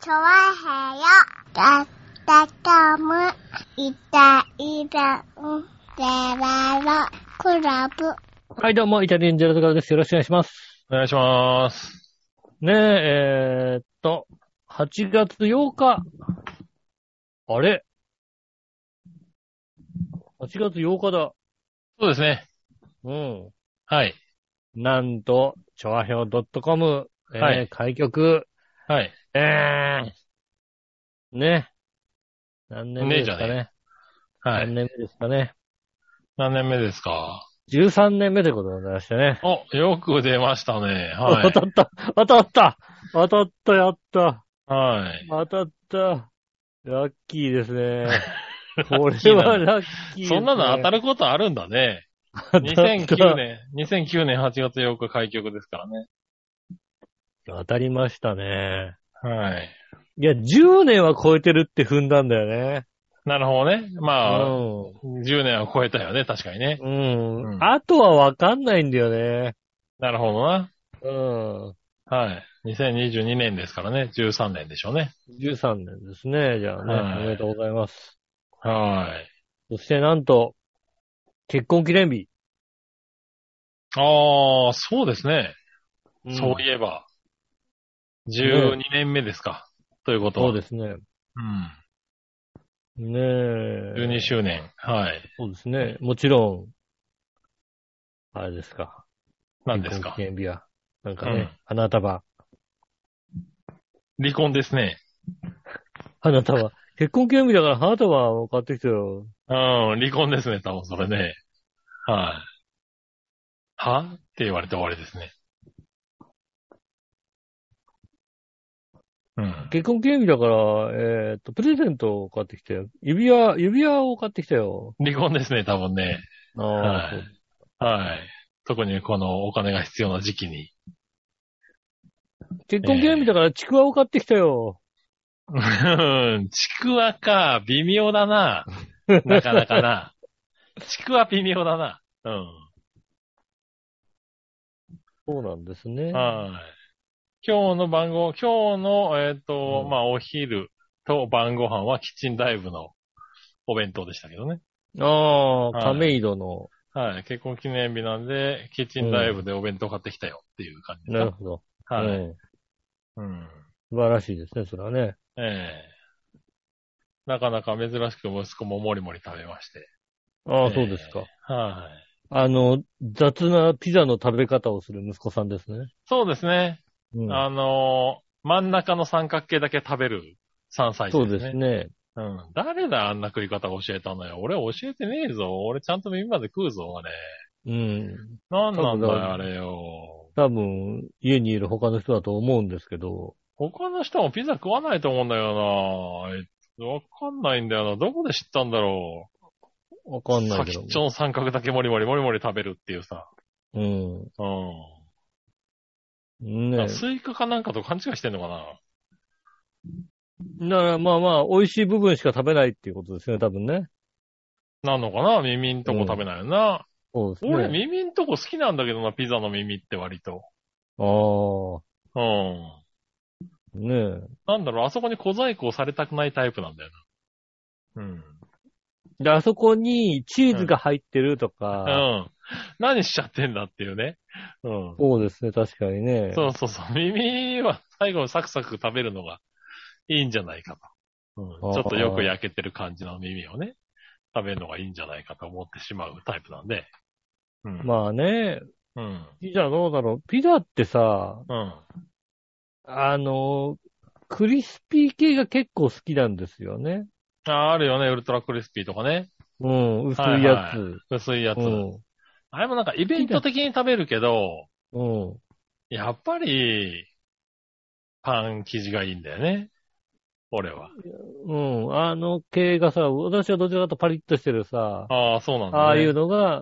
チョワヘヨだったかむいたいたんゼラロクラブはい、どうも、イタリアンジェラトガルです。よろしくお願いします。お願いします。ねえ、えー、っと、8月8日。あれ ?8 月8日だ。そうですね。うん。はい。なんと、調和表 .com、えーはい開局、はい。えー、ね。何年目ですかね。ねはい。何年目ですかね。何年目ですか13年目ということでございましてね。お、よく出ましたね。は当たった当たった当たったやったい。はい。当たった。ラッキーですね。 これはラッキー、そんなの当たるることあるんだね。当2009。年、2009年8月8日開局ですからね。当たりましたね。はい。いや、10年は超えてるって踏んだんだよね。なるほどね。まあ、う10年は超えたよね。確かにね。ん。う。うんんあとはわかんないんだよね。なるほどな。うん。はい。2022年ですからね。13年でしょうね。 13年ですね。じゃあね、はいおめでとうございます。はい。そしてなんと、結婚記念日。ああ、そうですね。んそういえば。12年目ですか。ということは。そうですね。うん。ねえ。 12周年。はい。そうですね。もちろん、あれですか。何ですか記。念日は。なんかうねん、花束。離婚ですね。花束。結婚記念日だから花束を買ってきてよ。うん、離婚ですね、多分それね。はい。はって言われて終わりですね。うん。結婚記念日だから、えーっと、プレゼントを買ってきてよ。指輪、指輪を買ってきたよ。離婚ですね、多分ね。ああ、はいそうはい。特にこのお金が必要な時期に。結婚記念日だからちくわを買ってきたよ。うん、 ちくわか、微妙だな。なかな かな。ちくわ微妙だな。うそうなんですね。ん。はい。今日の晩ご、今日の、えっ、と、うんまあ、お昼と晩ご飯はキッチンダイブのお弁当でしたけどね。ああ、はい亀戸の。はい。結婚記念日なんで、キッチンダイブでお弁当買ってきたよっていう感じなだるほど。はうい。んうん。素晴らしいですね、それはね。ええなかなか珍しく息子ももりもり食べまして。ああ、ええそうですか。はい。あの、雑なピザの食べ方をする息子さんですね。そうですね。うん、あのー真ん中の三角形だけ食べる3歳児そでうすでね。すね。うん。誰だ、あんな食い方教えたのよ。俺教えてねえぞ。俺ちゃんと耳まで食うぞ、あれ。うん。なんなんだ多分だよ、あれよ。多分、家にいる他の人だと思うんですけど、他の人もピザ食わないと思うんだよなあいつ。わかんないんだよな。どこで知ったんだろわう。かんないけ先どっ。ちょの三角だけもりもりもりもり食べるっていうさ。うん。うねん。スイカかなんかと勘違いしてんのかなだからまあまあ、美味しい部分しか食べないっていうことですよね、多分ね。なんのかな耳んとこ食べないよな。そうです俺、ね。耳んとこ好きなんだけどな、ピザの耳って割と。ああ、うん。ねなんだろう、あそこに小細工をされたくないタイプなんだよな。うん。え。で、あそこにチーズが入ってるとうか、ん。何しちゃってんだっていうね。うん。そうですね、確かにね。そうそうそう。耳は最後にサクサク食べるのがいいんじゃないかと。うん。あーちょっとよく焼けてる感じの耳をね、食べるのがいいんじゃないかと思ってしまうタイプなんで。うん。まあね、うん。ピザどうだろう。ピザってさ、うん。あの、クリスピー系が結構好きなんですよね。あーあるよね、ウルトラクリスピーとかね。うん、薄いやはいつ。薄いやつ。うん。あれもなんかイベント的に食べるけど、うん。やっぱり、パン生地がいいんだよね。俺は。うん。あの系がさ、私はどちらかとパリッとしてるさ、ああ、そうなんだ、ね。ああいうのが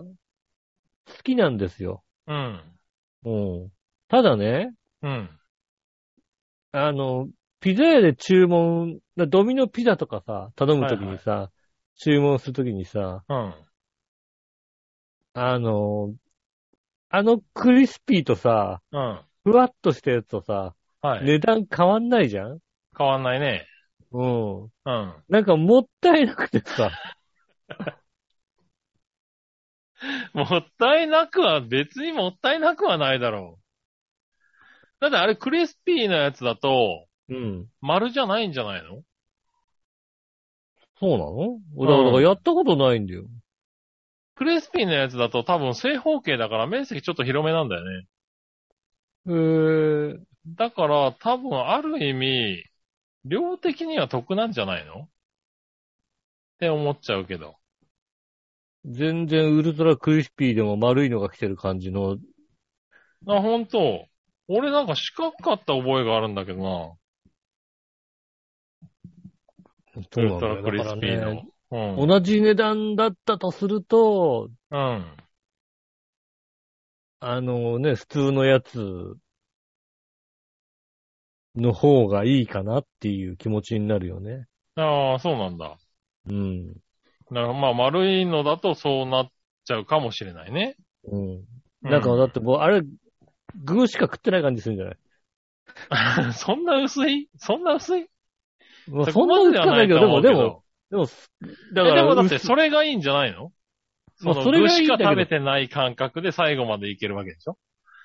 好きなんですよ。うん。うん。ただね、うん。あの、ピザ屋で注文、だドミノピザとかさ、頼むときにさ、注文するときにさ、うん。あの、あのクリスピーとさ、うん。ふわっとしたやつとさ、はい。値段変わんないじゃん変わんないね。うん。うん。なんかもったいなくてさ。もったいなくは、別にもったいなくはないだろう。だってあれクリスピーなやつだと、うん。丸じゃないんじゃないのそうなのだからだからやったことないんだよ。クリスピーなやつだと多分正方形だから面積ちょっと広めなんだよね。へえ。だから多分ある意味、量的には得なんじゃないのって思っちゃうけど。全然ウルトラクリスピーでも丸いのが来てる感じの。あ、ほんと。俺なんか四角かった覚えがあるんだけどな。ウそうなルんだトよラクリスピーだからの。ね同じ値段だったとすると、うん。うん。あのね、普通のやつの方がいいかなっていう気持ちになるよね。ああ、そうなんだ。うん。なんかまあ、丸いのだとそうなっちゃうかもしれないね。うん。うなんかだってもう、あれ、具しか食ってない感じするんじゃない そんな薄いそんな薄いまあそそんんなな薄薄くくははなないいとけど、で思うも、けでども、でも、だえから、でもだって薄それがいいんじゃないのそまあのそれ具がいいしんだかけど食べてない感覚で最後までいけるわけでしょ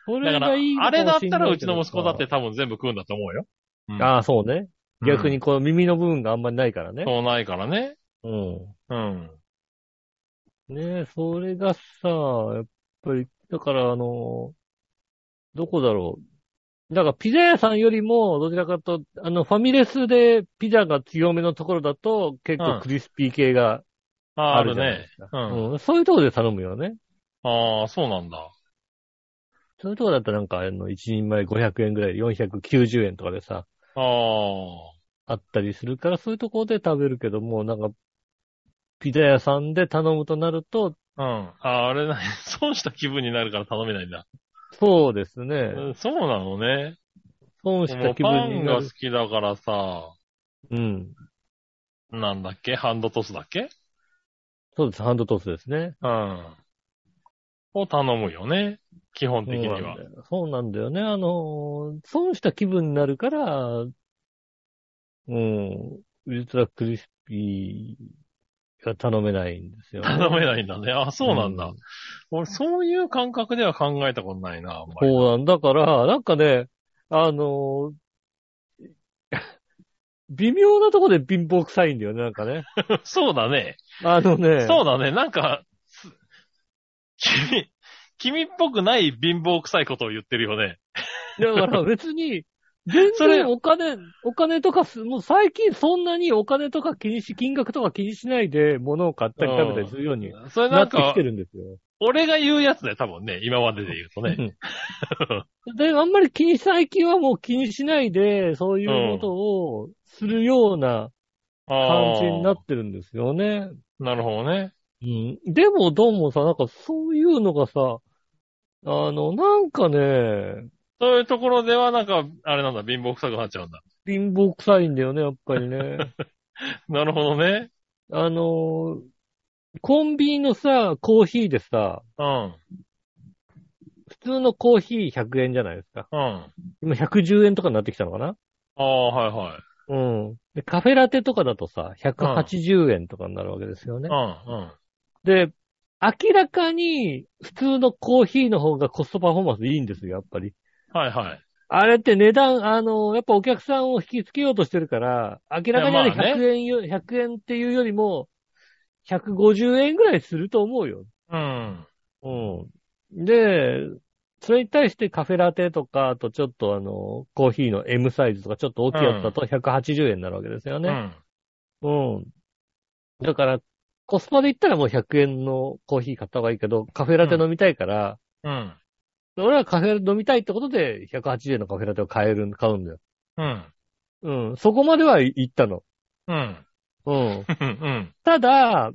そだれから、がいいのあかもしれんなだいけどったらうちの息子だって多分全部食うんだと思うよ。うんああ、そうね。逆にこの耳の部分があんまりないからね。そうないからね。うん。うん。ねえ、それがさ、やっぱり、だからあの、どこだろう。だからピザ屋さんよりも、どちらかと、あの、ファミレスでピザが強めのところだと、結うん構クリスピー系がああ、ああるるじゃないでね。すか。うんうん。そういうとこで頼むよね。ああ、そうなんだ。そういうとこだったらなんか、あの、一人前500円ぐらい、490円とかでさ、ああ。あったりするから、そういうとこで食べるけども、なんか、ピザ屋さんで頼むとなると、うん。ああ、あれな、 損した気分になるから頼めないんだ。そうですね。うんそうなのね。損したもう気パ分ンにながる好。きだからさ、うん。なんだっけハンドトスだっけそうです。ハンドトスですね。うん。を頼むよね。基本的にそうなんはだ。よそうなんだよね。あのー、損した気分になるから、うん、ウルトラクリスピーが頼めないんですよ、ね。頼めないんだね。あ、そうなんだ。うん俺、そういう感覚では考えたことないな、あんまり。そうなんだから、なんかね、あのー 微妙なとこで貧乏臭いんだよね、なんかね。 そうだね。あのね、そうだね。なんか、す君、君っぽくない貧乏臭いことを言ってるよね。だから別に、全それ然お金、お金とかす、もう最近そんなにお金とか気にし、金額とか気にしないで物を買ったり食べたりするようにそれななっんてきかて、るんですよ。俺が言うやつだよ、多分ね。今までで言うとね。 で、あんまり気に、最近はもう気にしないで、そういうことをするような感じになってるんですよね。あーなるほどね。うん。でもどうもさ、なんかそういうのがさ、あの、なんかね、そういうところでは、なんか、あれなんだ、貧乏臭くなっちゃうんだ。貧乏臭いんだよね、やっぱりね。なるほどね。あのー、コンビニのさ、コーヒーでさ、うん。普通のコーヒー100円じゃないですか。うん。あ今110円とかになってきたのかなあー、はいはい。うん。で、カフェラテとかだとさ、180円とかになるわけですよね。うん、うん。で、明らかに普通のコーヒーの方がコストパフォーマンスいいんですよ、やっぱり。はいはい。あれって値段、あのー、やっぱお客さんを引きつけようとしてるから、明らかにあれいやまあね100円よ、100円っていうよりも、150円ぐらいすると思うよ。うん。うん。で、それに対してカフェラテとか、あとちょっとあの、コーヒーの M サイズとか、ちょっと大きいやつだと180円になるわけですようね。ん。うん。だから、コスパで言ったらもう100円のコーヒー買った方がいいけど、カフェラテ飲みたいから、うん。俺はカフェ飲みたいってことで、180円のカフェラテを買える、買うんだよ。うん。うん。そこまでは行ったの。うん。うん。うん。ただ、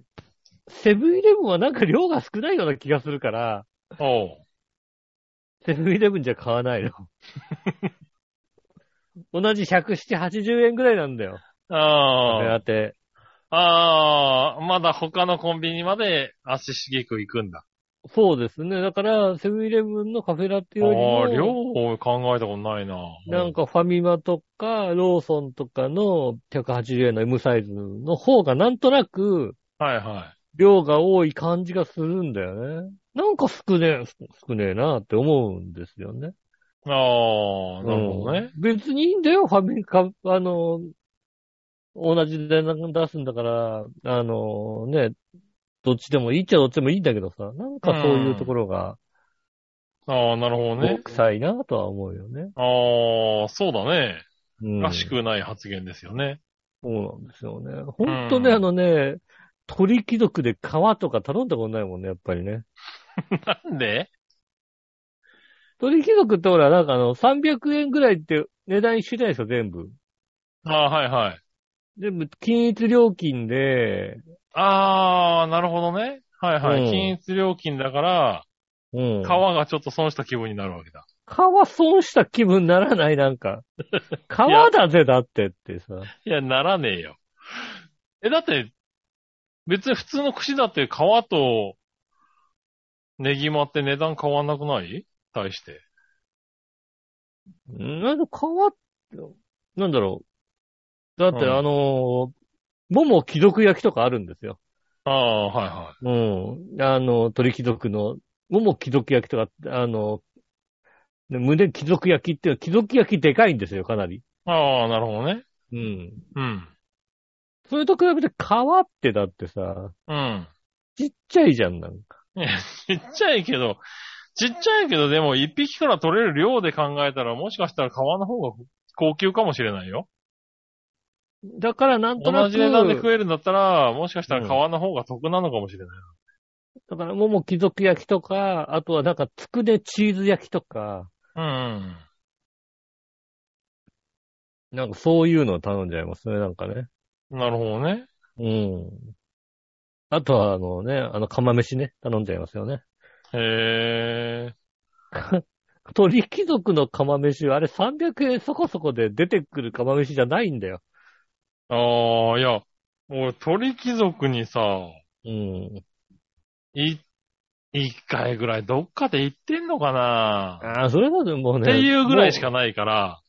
セブンイレブンはなんか量が少ないような気がするから、おう。セブンイレブンじゃ買わ ないの。同じ107、80円ぐらいなんだよ。カフェあラテ。あ。ああ。まだ他のコンビニまで足しげく行くんだ。そうですね。だから、セブンイレブンのカフェラテよりああ、両も、方考えたことないな。なんかファミマとか、ローソンとかの180円の M サイズの方がなんとなく、はいは量が多い感じがするんだよね。なんか少ねえ、少ねえなって思うんですよね。い。ああ、なるほどね。うん別にいいんだよ、ファミカ、あの、同じ値段出すんだから、あのね、どっちでもいいっちゃどっちでもいいんだけどさ、なんかそういうところが、ああ、なるほどね。臭いなとは思うよね。ああ、そうだね。うん。らしくない発言です よね。そうなんですよね。ほんとね、うんあのね、鳥貴族で皮とか頼んだことないもんね、やっぱりね。なんで鳥貴族ってほら、なんかあの、300円ぐらいって値段一緒じゃないですか、全部。ああ、はいはい。全部、均一料金で、ああ、なるほどね。はいはい。うん均一料金だから、うん皮がちょっと損した気分になるわけだ。皮損した気分ならない、なん か。皮だぜ、だってってさ。いや、ならねえよ。え、だって、別に普通の串だって皮とネギマって値段変わんなくない対して。んなんか皮、なんだろう。だって、うんあのー、もも貴族焼きとかあるんですよ。ああ、はいはうん。あの、鳥貴族の、もも貴族焼きとか、あの、ね胸貴族焼きっていうのは貴族焼きでかいんですよ、かなり。い。ああ、なるほどね。うん。うん。それと比べて皮ってだってさ、うん。ちっちゃいじゃん、なんか。ちっちゃいけど、ちっちゃいけど、でも一匹から取れる量で考えたら、もしかしたら皮の方が高級かもしれないよ。だからなんとな同く、じ値段で食えるんだったら、もしかしたら皮の方が得なのかもしれない。だから、もも貴族焼きとか、あとはなんか、つくねチーズ焼きとか、うん。なんかそういうのを頼んじゃいますね、なんかね。なるほどね。うん。あとは、あのね、あの、釜飯ね、頼んじゃいますよね。へえ。鳥貴族の釜飯は、あれ300円そこそこで出てくる釜飯じゃないんだよ。ああ、いや、俺、鳥貴族にさ、うん。い、一回ぐらいどっかで行ってんのかな、ああ、それだともうっね。ていうぐらいしかないから、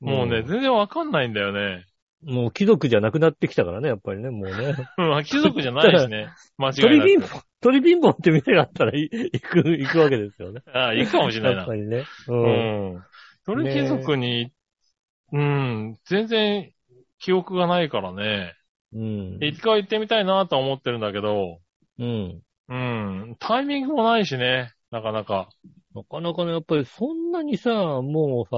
ももうね、全然わかんないんだよね。 うん、もう貴族じゃなくなってきたからね、やっぱりね、もうね。 うん、貴族じゃないしね。間違い鳥な貧く。乏、鳥貧乏って店があったらい行く、行くわけですよね。ああ、いいかもしれないやっなぱ。りね。う。うんん。鳥貴族に、うん、全然記憶がないからね。うん。一回行ってみたいなとは思ってるんだけど、うん。うん、タイミングもないしね、なかなか。なかなかね、やっぱりそんなにさ、もうさ、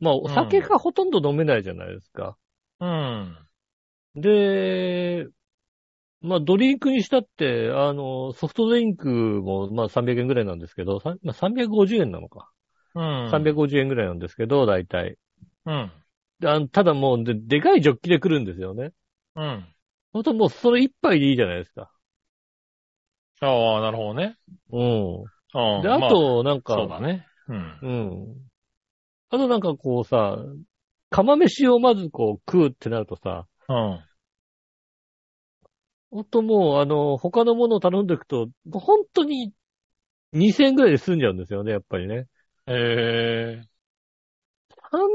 まあおん酒がほとんど飲めないじゃないですか。うん。で、まあドリンクにしたって、あの、ソフトドリンクもまあ300円ぐらいなんですけど、さまあ、350円なのか。うん。 350円ぐらいなんですけど、大体。うん。であのただもうで、でかいジョッキで来るんですよね。うん。ほんともうそれ一杯でいいじゃないですか。ああ、なるほどね。うん。うん。で、あまと、なんか、そうだね。うん。うん。あとなんかこうさ、釜飯をまずこう食うってなるとさ、うん。ほんともう、あの、他のものを頼んでいくと、本当に2000円ぐらいで済んじゃうんですよね、やっぱりね。ええ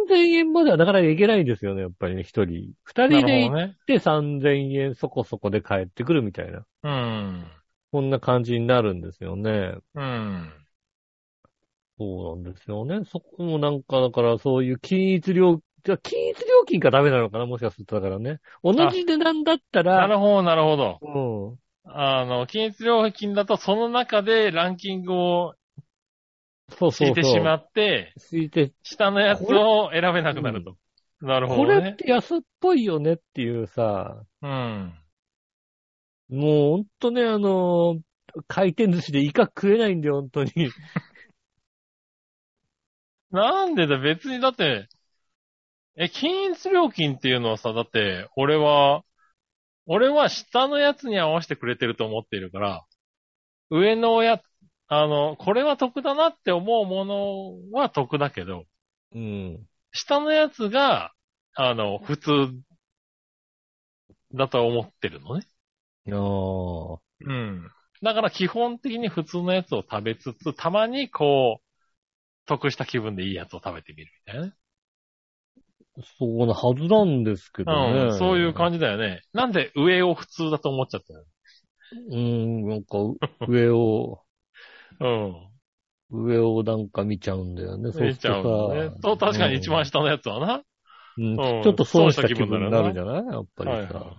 3000円まではなかなかいけないんですよね、やっぱりね、一人。二な人でる行ほっどね。て3000円そこそこで帰ってくるみたいな。うん。こんな感じになるんですよね。うん。そうなんですよね。そこもなんか、だからそういう均一料、じゃあ均一料金がダメなのかな、もしかするとだからね。同じ値段だったなら、るほど、なるほど。うん。あの、均一料金だとその中でランキングをそうそうそう。敷いてしまって、敷いて下のやつを選べなくなると。なるほこどれっね。て安っぽいよねっていうさ、うん。もうほんとね、あの、回転寿司でイカ食えないんだよ、ほんとに。なんでだ、別にだって、え、均一料金っていうのはさ、だって、俺は、俺は下のやつに合わせてくれてると思っているから、上のや、あの、これは得だなって思うものは得だけど、うん。下のやつが、あの、普通だと思ってるのね。ああ。うん。だから基本的に普通のやつを食べつつ、たまにこう、得した気分でいいやつを食べてみるみたいなね。そうなはずなんですけどね。うん、そういう感じだよね。なんで上を普通だと思っちゃったのじ。うん、なんか、上を、 うん。上をなんか見ちゃうんだよね。そう見すちゃるうのねと。さそう、確かに一番下のやつはな。うんうんちょっと損した気分になるじゃないやっぱりはいさ。は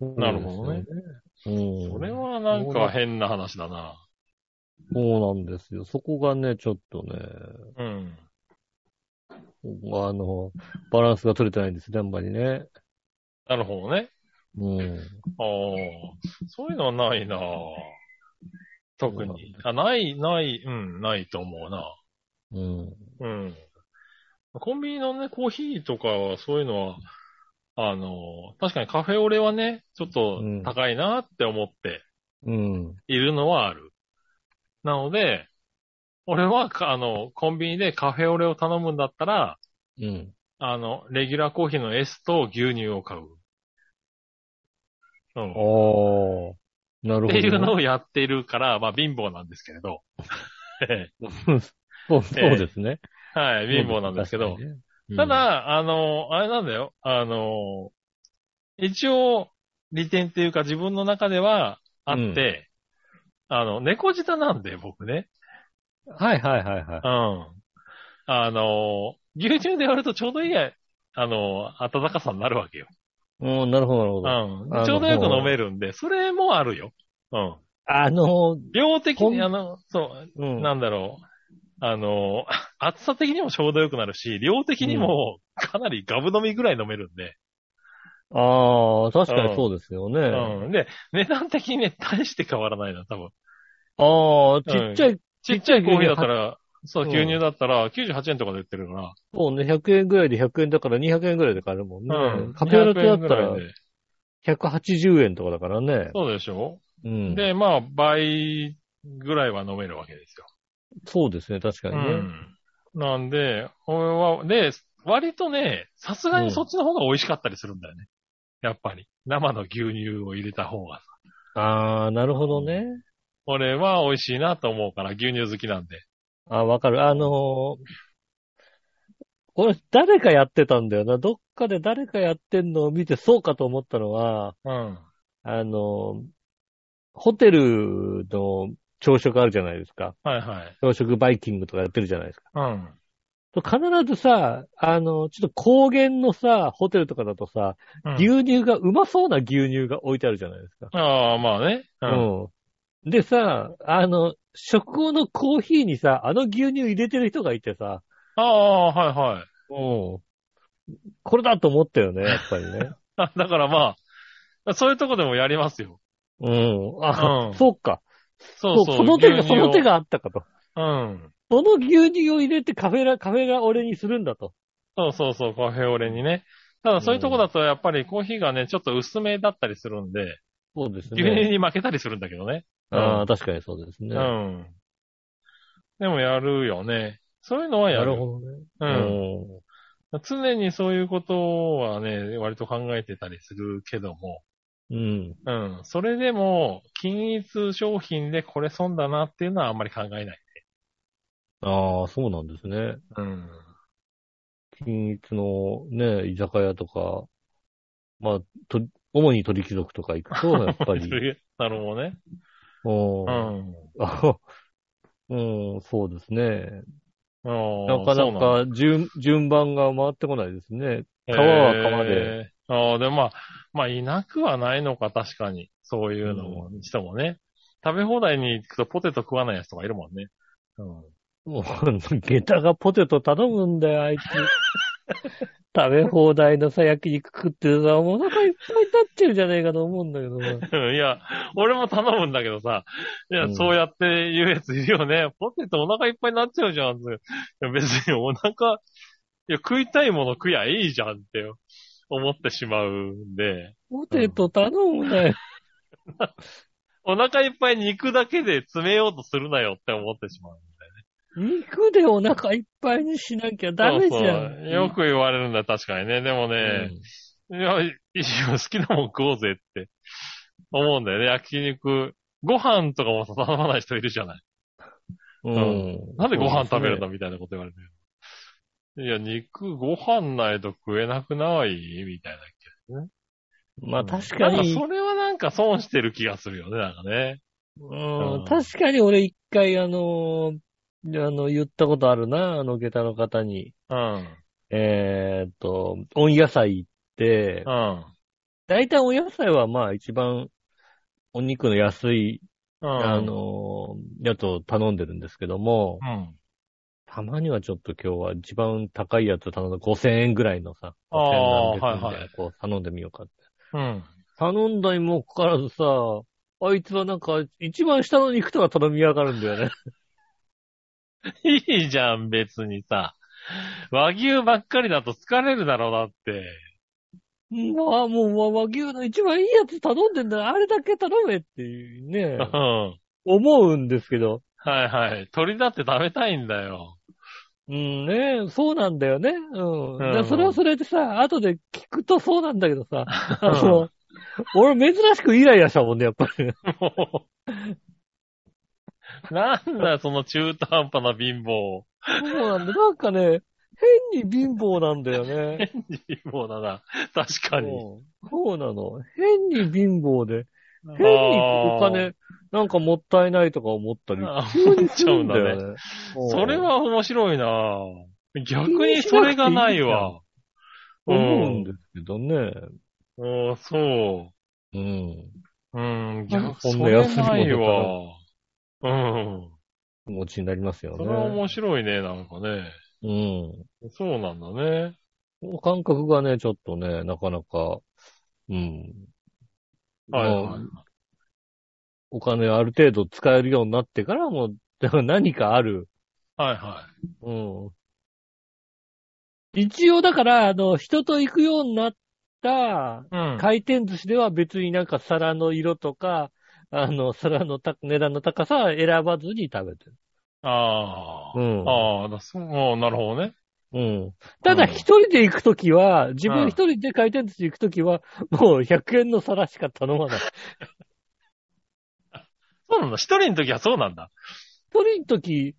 そうなるほどねですよね。い。うん。それはなんか変な話だな。そうなんですよ。そこがね、ちょっとね、うん。あの、バランスが取れてないんですね、あんまりね。なるほどね。うん。ああ、そういうのはないな特そうなんに。あ、ない、ない、うん、ないと思うな。うん。うん。コンビニのね、コーヒーとかは、そういうのは、あの、確かにカフェオレはね、ちょっと高いなって思ってうん。いるのはある。なので、俺はか、あの、コンビニでカフェオレを頼むんだったら、うん。あの、レギュラーコーヒーの S と牛乳を買う。うん。ああ。なるほどね。っていうのをやっているから、まあ貧乏なんですけれど。そうそうですね。はい、貧乏なんですけど確。かにねうんただ、あの、あれなんだよ。あの、一応、利点っていうか自分の中ではあって、あの、猫舌なんで、僕ね。はいはいはいはいうん。あの、牛乳で割るとちょうどいいや、あの、暖かさになるわけよ。。うん、なるほどなるほうど。あのん。ちょうどよく飲めるんで、それもあるよ。うん。あの、量的に、ほんあの、そう、うん。なんだろう。あの、暑さ的にもちょうどよくなるし、量的にもかなりガブ飲みぐらい飲めるんで。ああ、確かにそうですよね。うん。で、値段的にね、大して変わらないな、多分。ああ、ちっちゃい、ちっちゃいコーヒーだったら、そう、うん牛乳だったら、98円とかで売ってるかそうね、100円ぐらいで100円だから200円ぐらいで買えるもんね。ら。うん。カフェオレ200だ円っぐたららいで180円とかだからね。そうでしょ、うん。で、まあ、倍ぐらいは飲めるわけですよ。そうですね、確かにうね。ん。なんで、俺は、で、割とね、さすがにそっちの方が美味しかったりするんだよね。やっぱり。生の牛乳を入れた方が。ああ、なるほどね。俺は美味しいなと思うから、牛乳好きなんで。ああ、わかる。あのーこれ誰かやってたんだよな。どっかで誰かやってんのを見てそうかと思ったのは、うん。あのーホテルの朝食あるじゃないですか。はいはい。朝食バイキングとかやってるじゃないですか。うん。必ずさ、あの、ちょっと高原のさ、ホテルとかだとさ、うん牛乳が、うまそうな牛乳が置いてあるじゃないですか。ああ、まあね。うん。うん。でさ、あの、食後のコーヒーにさ、あの牛乳入れてる人がいてさ、ああ、はいはい。うん。これだと思ったよね、やっぱり ね。あだからまあ、そういうとこでもやりますよ。うん。あ、うんそうか。そそううそう。その手が、牛乳そをの手。があったかと。うん。その牛乳を入れてカフェラ、カフェラ俺にするんだと。そうそうそう、カフェオレにね。ただそういうとこだとやっぱりコーヒーがね、ちょっと薄めだったりするんで、そうです牛乳。に負けたりするんだけどね。ああ、確かにそうですね。うん。でもやるよね。そういうのはやなる。るほどね。うん。うん常にそういうことはね、割と考えてたりするけども、うん。うん。それでも、均一商品でこれ損だなっていうのはあんまり考えない。ああ、そうなんですね。うん。均一のね、居酒屋とか、まあ、と、主に鳥貴族とか行くと、やっぱり、 なるほどね。う。うんん。あ うん、そうですね。ななかなか順、順番が回ってこないですね。川は川で。えーああ、でもまあ、まあ、いなくはないのか、確かに。そういうのも、人もね。食べ放題に行くとポテト食わないやつとかいるもんね。うん。 もう、下駄がポテト頼むんだよ、あいつ。食べ放題のさ、焼肉食ってさ、お腹いっぱいになってるじゃねえかと思うんだけど な。いや、俺も頼むんだけどさ。いや、うんそうやって言うやついるよね。ポテトお腹いっぱいになっちゃうじゃん。いや、別にお腹、いや、食いたいもの食やいいじゃんって思ってしまうんで。ポテト頼むなよ。お腹いっぱい肉だけで詰めようとするなよって思ってしまう。肉でお腹いっぱいにしなきゃダメじゃん。そうそうよく言われるんだよ、確かにね。でもね、いや、いいよ好きなもん食おうぜって思うんだよね。焼肉ご飯とかもさ、頼まない人いるじゃない。うん。なんでご飯食べるのみたいなこと言われてる。いや、肉、ご飯ないと食えなくないみたいな。まあ確かなんに、それはなんか損してる気がするよね、なんかね。ううんん確かに俺一回あのーあの、言ったことあるな、あの、下駄の方に。うん。えーっと、温野菜行ってう、ん。大体温野菜はまあ一番お肉の安い、うん。あ、のーやつを頼んでるんですけども、うん。たまにはちょっと今日は一番高いやつ頼んだ5000円ぐらいのさ、あ5000何ー百円みたいなはいはいこう頼んでみようかって。うん。頼んだにもかかわらずさ、あいつはなんか一番下の肉とか頼みやがるんだ よね。いいじゃん、別にさ。和牛ばっかりだと疲れるだろうなって。まあ、もう、和牛の一番いいやつ頼んでんだあれだけ頼めっていうねうん。、思うんですけど。はいはい。鳥だって食べたいんだよ。うんね、そうなんだよね。うん。うんだからそれはそれでさ、後で聞くとそうなんだけど さ、あの、俺珍しくイライラしたもんね、やっぱり。もうなんだよ、その中途半端な貧乏。そうなんだ。なんかね、変に貧乏なんだよね。貧乏だな。確かに。うんそうなの。変に貧乏で、変変にお金、なんかもったいないとか思ったり、急にするんだよね。ね。それうんは面白いな逆にそれがないわ。思うんですけどね。うんうんそうん。う。うん、なん逆かこそんなれ安いものないわ。うん。気持ちになりますよね。それは面白いね、なんかね。うん。そうなんだね。この感覚がね、ちょっとね、なかなか、うん。はいまはいあ。お金ある程度使えるようになってからも、でも何かある。はいはうん。一応だから、あの、人と行くようになったい。うん。回転寿司では別になんか皿の色とか、あの、皿のた値段の高さは選ばずに食べてる。ああ。うん。ああ、だそう、なるほどね。うん。ただうん一人で行くときは、自分一人で回転寿司行くときは、もう100円の皿しか頼まない。そうなんだ。一人の時はそうなんだ。一人のと き、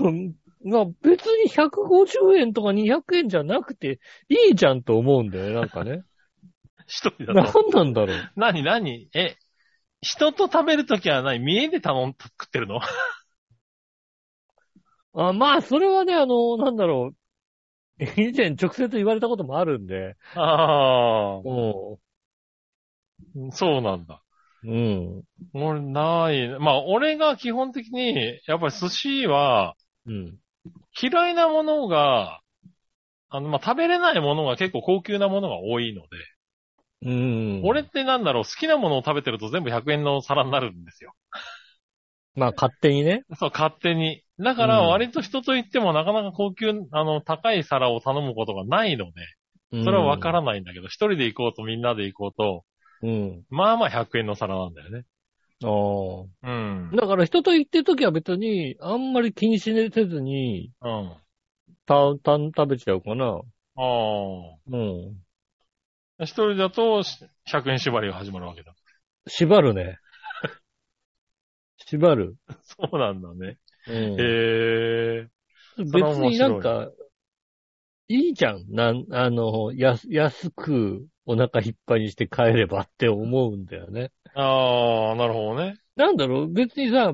うんまあ別に150円とか200円じゃなくていいじゃんと思うんだよね、なんかね。 一人だなと。んなんだろう。何何え、人と食べるときは何見えで頼ん、食ってる のあまあ、それはね、あの、なんだろう。以前直接言われたこともあるんで。ああ、うそうなんだ。ん。うん。俺、ない。まあ、俺が基本的に、やっぱり寿司は、うん。嫌いなものが、あの、まあ、食べれないものが結構高級なものが多いので、うん。俺ってなんだろう、好きなものを食べてると全部100円の皿になるんですよ。まあ勝手にね。そう、勝手に。だから、うん割と人と言ってもなかなか高級、あの、高い皿を頼むことがないので、それはわからないんだけど、一人で行こうとみんなで行こうと、うん。うん。まあまあ100円の皿なんだよね。ああ。うん。だから人と行ってるときは別に、あんまり気にしねせずに、うん。あた、たん食べちゃうかな。あ。うん。一人だとし100円縛りが始まるわけだ。縛るね。 縛る。そうなんだね。うん、へえ。別それは面白いになんか、いいじゃん。なん、あの、安、安くお腹いっぱいにして帰ればって思うんだよね。ああ、なるほどね。なんだろう、別にさ、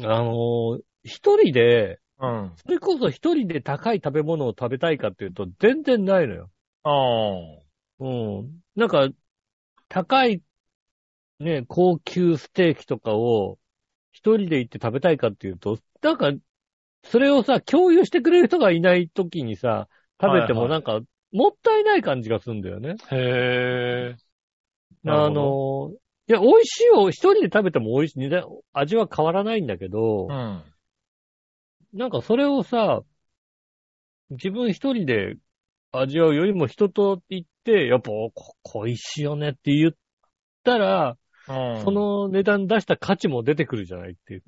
あの、一人で、うん。それこそ一人で高い食べ物を食べたいかっていうと、全然ないのよ。ああ。うん。なんか、高い、ね、高級ステーキとかを、一人で行って食べたいかっていうと、なんか、それをさ、共有してくれる人がいない時にさ、食べてはもいはないんか、もったいない感じがするんだよね。へえ。あの、いや、美味しいを一人で食べても美味しい、値段味は変わらないんだけど、うん。なんかそれをさ、自分一人で味わうよりも人と行って、やっぱ、こ恋しいよねって言ったら、うん。そ、の値段出した価値も出てくるじゃないっていう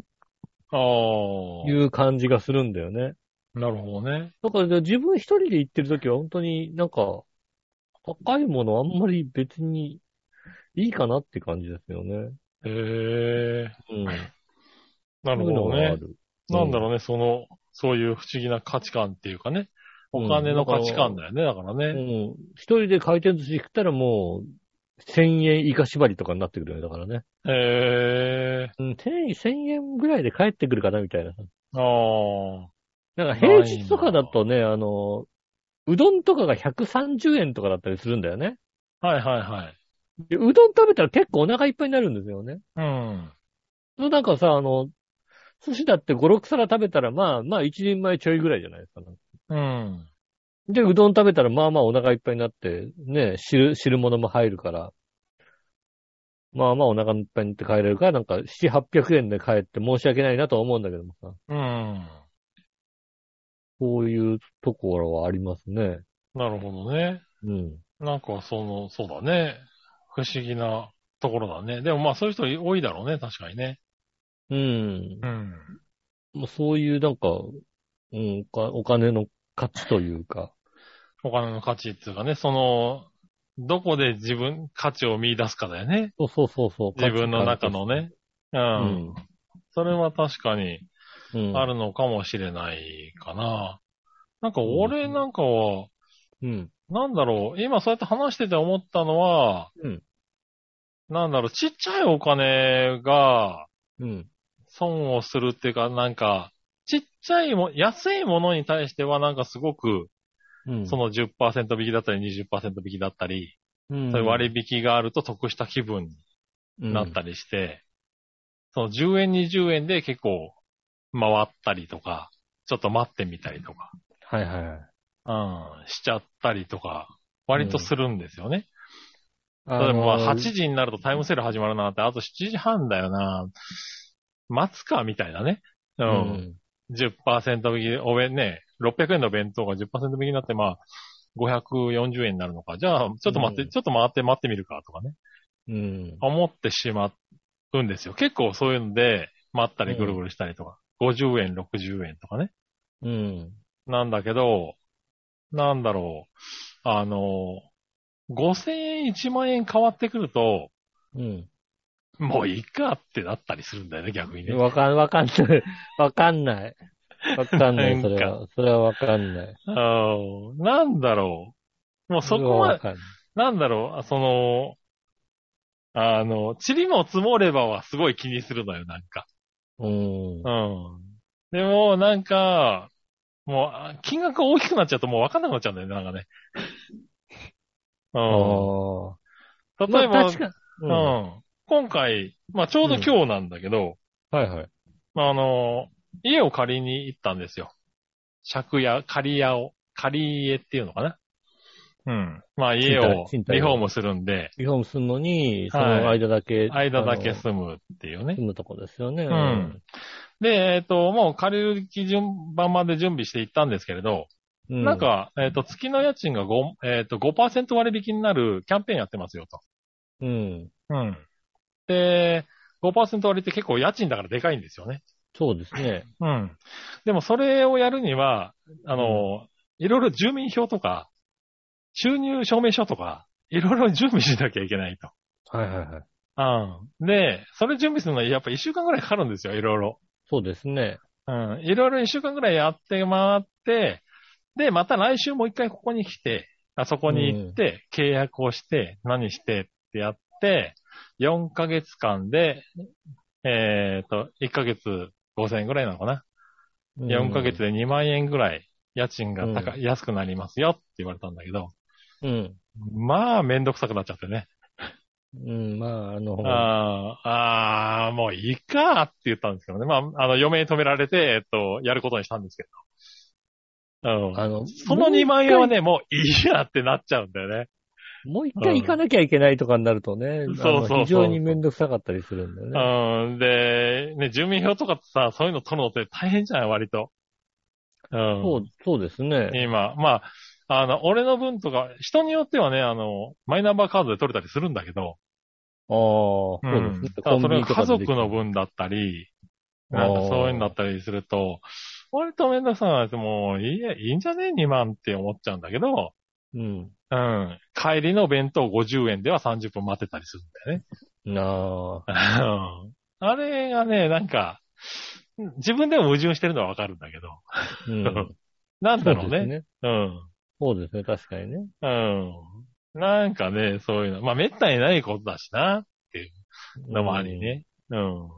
ああ。いう感じがするんだよね。なるほどね。だから自分一人で行ってるときは本当になんか、高いものあんまり別にいいかなって感じですよね。へうえ。ん。なるそういほどね。うのがあるなんだろうね、その、そういう不思議な価値観っていうかね。お金の価値観だよね、だからうね。ん。一人で回転寿司食ったらもう、1000円以下縛りとかになってくるよね、だからね。へえ。うん、1000円、1000円ぐらいで帰ってくるかな、みたいな。ああ。なんか平日とかだとね、あの、うどんとかが130円とかだったりするんだよね。はいはいはい。で、うどん食べたら結構お腹いっぱいになるんですよね。うん。そのなんかさ、あの、寿司だって5、6皿食べたらまあ、まあ一人前ちょいぐらいじゃないですか、うん。で、うどん食べたらまあまあお腹いっぱいになって、ね、汁、汁物も入るから、まあまあお腹いっぱいになって帰れるから、なんか7、800円で帰って申し訳ないなとは思うんだけどもさ、うん。そういうところはありますね。なるほどね。うん。なんか、その、そうだね。不思議なところだね。でもまあ、そういう人多いだろうね、確かにね。うん。うん。もうそういうなんか、うん、かお金の価値というか、お金の価値っていうかね、その、どこで自分、価値を見出すかだよね。そうそうそうそう。自分の中のね。う価値観として。ん。それは確かにうん。うん。あるのかもしれないかな。なんか俺なんかは、うん。なんだろう、今そうやって話してて思ったのは、うんなんだろう、ちっちゃいお金がうん。損をするっていうか、なんか、ちっちゃいも、安いものに対してはなんかすごく、うん。その10%引きだったり20%引きだったり、のそういう割引があると得した気分りになったりして、その10円20円で結構回ったりとか、ちょっと待ってみたりとか、はいはいはい。うん、しちゃったりとか、割とするんですよね。あ例えばまあの8時になるとタイムセール始まるなって、あと7時半だよな。待つか、みたいなね。う。うんん。 10%引き、お弁ね、600円の弁当が10%引きになって、まあ、540円になるのか。じゃあ、ちょっと待って、うんちょっと回って待ってみるか、とかね。うん。思ってしまうんですよ。結構そういうので、待ったりぐるぐるしたりとか。50円、60円とかね。うん。なんだけど、なんだろう。あの、5000円、1万円変わってくると、うん。もういいかってなったりするんだよね、逆にね。わかん、わかんない。 わかんない。わかんない、それなは。それはわかんない。あーなんだろう。もうそこははわ、かんない。なんだろう、あその、あの、塵も積もればはすごい気にするのよ、なんか。うんう。ん。でも、なんか、もうあ、金額が大きくなっちゃうともうわかんなくなっちゃうんだよね、なんかね。うあん。あ。例えば、まあ確かう、うんん。は今回、まあ、ちょうど今日なんだけど、いはい。あの、家を借りに行ったんですよ。借家、借り家を、借り家っていうのかなうん。まあ家賃を貸賃貸リフォームするんで、リフォームするのに、その間だけ。間だけあの住むっていう住ね。むとこですよね。んで、えっ、と、もう借りる基準番まで準備していったんですけれど、うん。なん、か、えっ、と、月の家賃が5、えっ、と、5%割引になるキャンペーンやってますよと。うん。うん。で、5%割って結構家賃だからでかいんですよね。そうですね。うん。でもそれをやるには、あの、いろいろ住民票とか、収入証明書とか、いろいろ準備しなきゃいけないと。はいはいはい。うん。で、それ準備するのはやっぱ一週間ぐらいかかるんですよ、いろいろ。そうですね。うん。いろいろ一週間ぐらいやって回って、で、また来週もう一回ここに来て、あそこに行って、契約をして、何してってやって、4ヶ月間で、えっ、と、1ヶ月5000円ぐらいなのかな。うん4ヶ月。で2万円ぐらい家賃が高、う安くなりますよって言われたんだけど、うん。まあめんどくさくなっちゃってね。うん、まあ、あの、あーあー、もういいかって言ったんですけどね。まあ、あの、嫁に止められて、えっと、やることにしたんですけど。うんあの、その2万円はね、もういいやってなっちゃうんだよね。もう一回行かなきゃいけないとかになるとね、あうんのそうそうそう非常にめんどくさかったりするんだよね。うん、で、ね、住民票とかってさ、そういうの取るのって大変じゃない割と。うん。そう、そうですね。今、まあ、あの、俺の分とか、人によってはね、あの、マイナンバーカードで取れたりするんだけど、ああ、そううですんね。ただそれが家コンビニと族かでのでき分だったり、なんかそういうのだったりすると、割とめんどくさくなって、もういいや、いいんじゃねえ ?2 万って思っちゃうんだけど、うん。うん。帰りの弁当50円では30分待ってたりするんだよなね。あ。うんあれがね、なんか、自分でも矛盾してるのはわかるんだけど。 うん。なんだろそううね。でうすね。ん。そうですね、確かにね。うん。なんかね、そういうの。まあ、めったにないことだしな。のもありね。うん。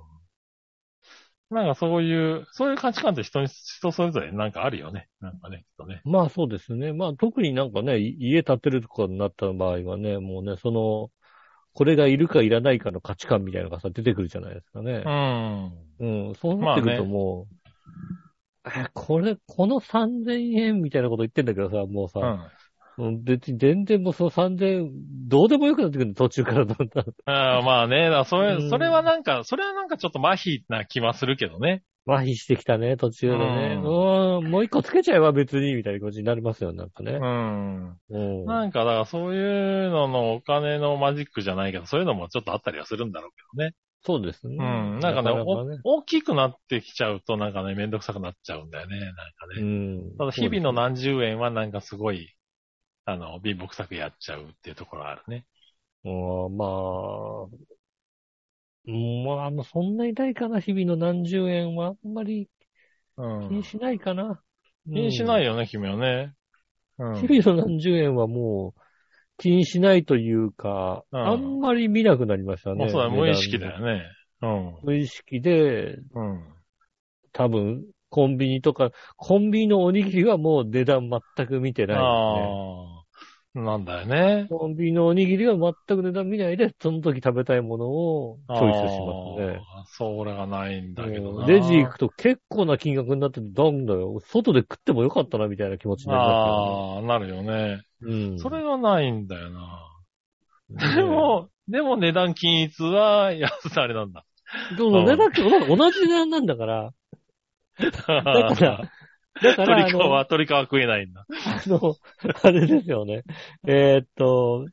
なんかそういう、そういう価値観って人に、人それぞれなんかあるよね。なんかね、きっとね。うん。まあそうですね。まあ特になんかね、い家建てるとかになった場合はね、もうね、その、これがいるかいらないかの価値観みたいなのがさ、出てくるじゃないですかね。うん。うん、そうなってくるともう、え、これ、この3000円みたいなこと言ってんだけどさ、もううさ、ん。うん、別に全然もうその3000円、どうでもよくなってくるの途中からだんだん。あーまあね、だからそれ、うんそれはなんか、それはなんかちょっと麻痺な気はするけどね。麻痺してきたね、途中でね。ううーん、もう一個つけちゃえば別に、みたいな感じになりますよ、なんかうね。ん。うん。なんか、だからそういうののお金のマジックじゃないけど、そういうのもちょっとあったりはするんだろうけどね。そうですね。うん。なんかね、なかねお大きくなってきちゃうとなんかね、めんどくさくなっちゃうんだよね。なんかね。うん。ただ日々の何十円はなんかすごい、あの、貧乏くやっちゃうっていうところはあるね。うん、まあ、うんまあ、あの、そんなに大かな、日々の何十円は、あんまりう気んに。しないかな。気にしないよ。よね、君はね。うん。日々の何十円はもう、気にしないというか、うんあんまり見なくなりましたね。もうそうだ、値段無意識だよね。うん。無意識で、うん。多分、コンビニとか、コンビニのおにぎりはもう値段全く見てないですね。ああ、なんだよね。コンビニのおにぎりは全く値段見ないで、その時食べたいものをチョイスしますね。あー。それがないんだけどうな。んレジ行くと結構な金額になってて、なんだよ、外で食ってもよかったな、みたいな気持ちになりまああ、なるよね。すよね。うん。それはないんだよな。ね、でも、でも値段均一は、安さあれなんだ。どううんぞ、値段って同じ値段なんだから、だから、だから、 鳥あ皮、の、あ鳥皮食えないんだ。の、 あれですよね。えーっと、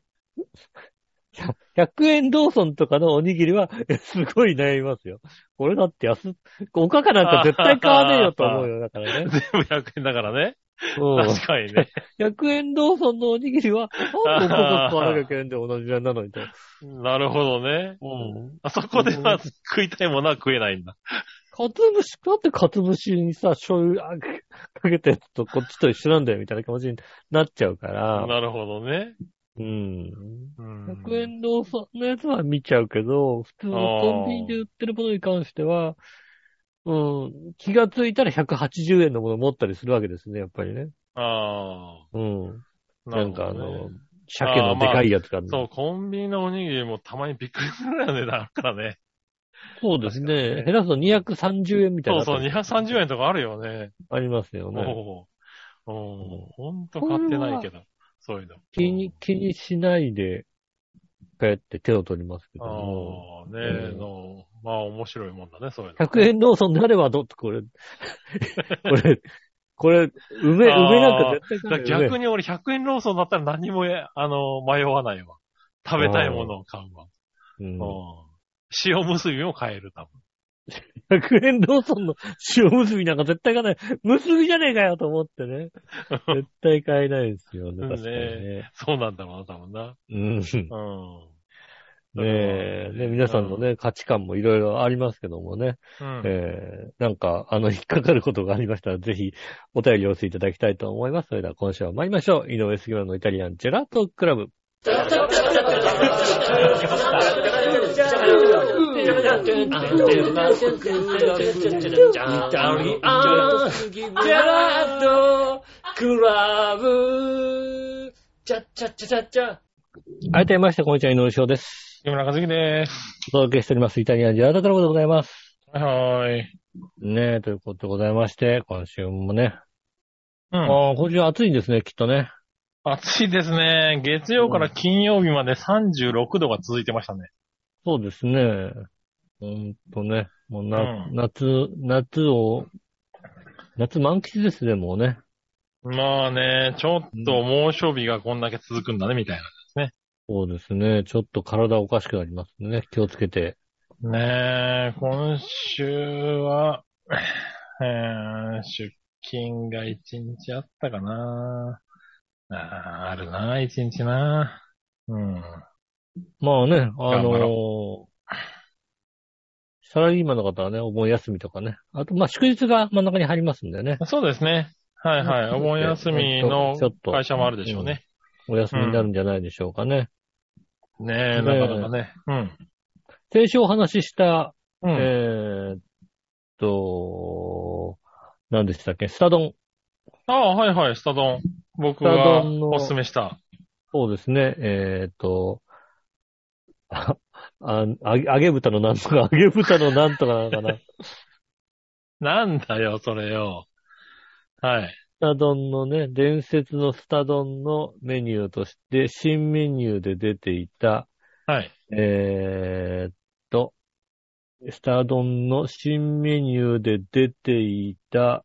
100円ローソンとかのおにぎりは、 えすごい悩みますよ。これだって安、おかかなんか絶対買わねえよと思う よ、だからね。全部100円だからね。うん確かにね。 100円ローソンのおにぎりは、なんでおかか買わなきゃいけないんだよ、同じ値段なのにと。なるほどね。うん。あそこでうはん食いたいものは食えないんだ。かつぶし、だってかつぶしにさ、醤油あかけてるとこっちと一緒なんだよ、みたいな気持ちになっちゃうから。なるほどね。うん。うん100円ローソンのやつは見ちゃうけど、普通のコンビニで売ってるものに関しては、うん、気がついたら180円のもの持ったりするわけですね、やっぱりね。あうん。あ。なんかあるほどのね、鮭のでかいやつがある、そう、コンビニのおにぎりもたまにびっくりするぐらいの値段あるからね。そうです確かにねね。減らすと230円みたいそなうのそう、230円とかあるよね。ありますよね。もう、うん、ほんと買ってないけど、そういうの。気に、気にしないで、こうやって手を取りますけどああも。、ねえ、うんの、まあ面白いもんだね、そういうの。 100円ローソンであれば、どっとこれ、これ、これ、梅、梅なんか絶対だ買えからない逆に俺100円ローソンだったら何もえ、あの、迷わないわ。食べたいものを買うわ。うんうん塩結びも買える、多分。 100円ローソンの塩結びなんか絶対買えない。結びじゃねえかよと思ってね。絶対買えないですよね。確かにね。そうなんだろうな、多分な。うん。うん。ねえ、ね皆さんのね、価値観もいろいろありますけどもね。うん。えーなんか、あの、引っかかることがありましたら、ぜひ、お便りを寄せていただきたいと思います。それでは、今週は参りましょう。井上杉村のイタリアンジェラートクラブ。改めまして、こんにちは、井上翔です。木村和樹です。お届けしております。イタリアンジェラートクラブでございます。はーい。ねえ、ということでございまして、今週もね。うん。ああ、今週は暑いんですね、きっとね。暑いですね。月曜から金曜日まで36度が続いてましたね。そうですね。うーんとね、もうな、うん夏、夏を、夏満喫ですね、もうね。まあね、ちょっと猛暑日がこんだけ続くんだね、みたいそうですね。ちょっと体おかしくなりますね。気をつけて。な。ねえ、今週は、えー出勤が1日あったかな。ああ、あるな、一日な。うん。まあね、あ頑張のサラリーマンの方はね、お盆休みとかね。あと、まあ、祝日が真ん中に入りますんでね。そうですね。はいはい。うんお盆休みのちょっと会社もあるでしょうね。お休みになるんじゃないでしょうかね。ねえ、なかなかね。うん。先週お話しした、うん。えーっと、何でしたっけスタ丼。ああ、はいはい、スタ丼。僕スタが丼のおすすめした。そうですね。えーっと、 あ、ああげ、揚げ豚のなんとか、揚げ豚のなんとかなのかな。なんだよ、それよ。はい。スタ丼のね、伝説のスタ丼のメニューとして、新メニューで出ていた、はい。えーっと、スタ丼の新メニューで出ていた、う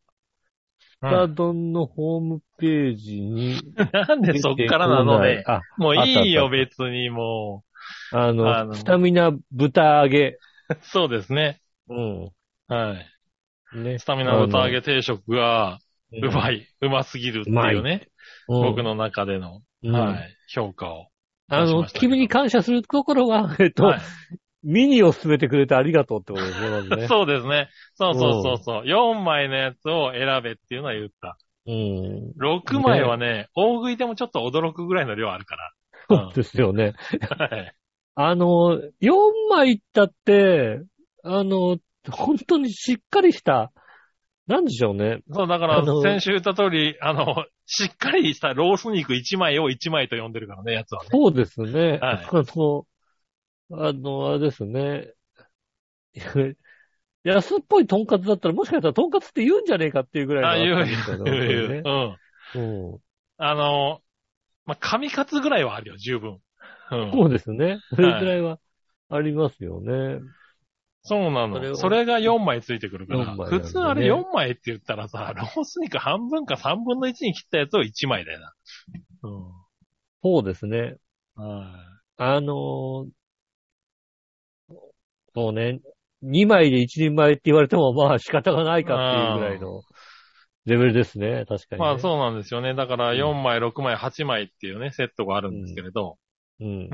スタん、丼のホームページに、なんで そっからなのね。あ、もういいあよ、った別にもあの、あのスタミナ豚揚げ。う。そうですね。うはい。ん。ね。スタミナ豚揚げ定食が、うまい、うますぎるっていうね。うん僕、の中での、うんはい、評価を。あ出しの、ましたけど君に感謝するところは、えっと、はい。ミニを進めてくれてありがとうってことですね、まずねそうですね。そうそうそうそう。4枚のやつを選べっていうのは言った。うん。 6枚はね、大食いでもちょっと驚くぐらいの量あるから。そうですよね。はい。あの、4枚いったって、あの、本当にしっかりした、なんでしょうね。そう、だかあらの、先週言った通り、あの、しっかりしたロース肉1枚を1枚と呼んでるからね、やつはね。そうですね。はいあの、あの、あれですね。安っぽいトンカツだったら、もしかしたらトンカツって言うんじゃねえかっていうぐあ、らい言のう、あった言んう、ですけど言う。うん。うんあの、まあ、紙カツぐらいはあるよ、十分。うん。そうですね。それぐらいはありますよね。そうなの。そそれれをが4枚ついてくるから、 4枚なんだね普通あれ4枚って言ったらさ、ロース肉半分か3分の1に切ったやつを1枚だよな。そうですね。うん。はいあのーそうね、2枚で1人前って言われても、まあ仕方がないかっていうぐらいのレベルですね。確かに、ね。まあそうなんですよね。だからうん4枚、6枚、8枚っていうね、セットがあるんですけれど。う。うんう。ん。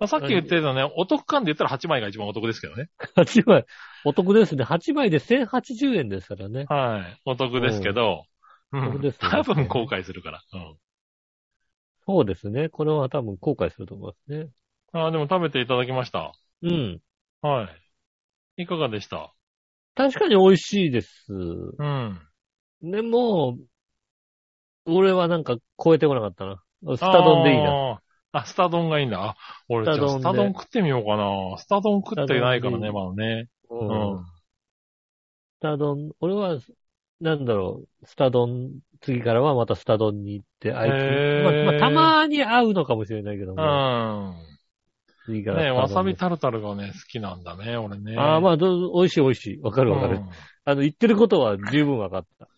まあ、さっき言ってたね、お得感で言ったら8枚が一番お得ですけどね。 8枚、お得ですね。8枚で1080円ですからね。はい。お得ですけど。うおん得です。よね多分後悔するから。うん。そうですね。これは多分後悔すると思いますね。ああ、でも食べていただきました。うん。はい。いかがでした確かに美味しいです。うん。でも、俺はなんか超えてこなかったな。スタ丼でいいな。な。あ、スタ丼がいいんだ。あ、俺スタじゃあ丼でスタ丼食ってみようかな。スタ丼食ってないからね、スタ丼でいいまだね。ううんん。スタ丼、俺は、なんだろう、スタ丼、次からはまたスタ丼に行って、あいつ、へーまあまあ、たまに会うのかもしれないけどうも、ん。次からねわスタさ丼びに。タルタルがね、好きなんだね、俺ね。ああ、あ、まあ、どう美味しい美味しい。わかるわかる。あの、言ってることは十分わかった。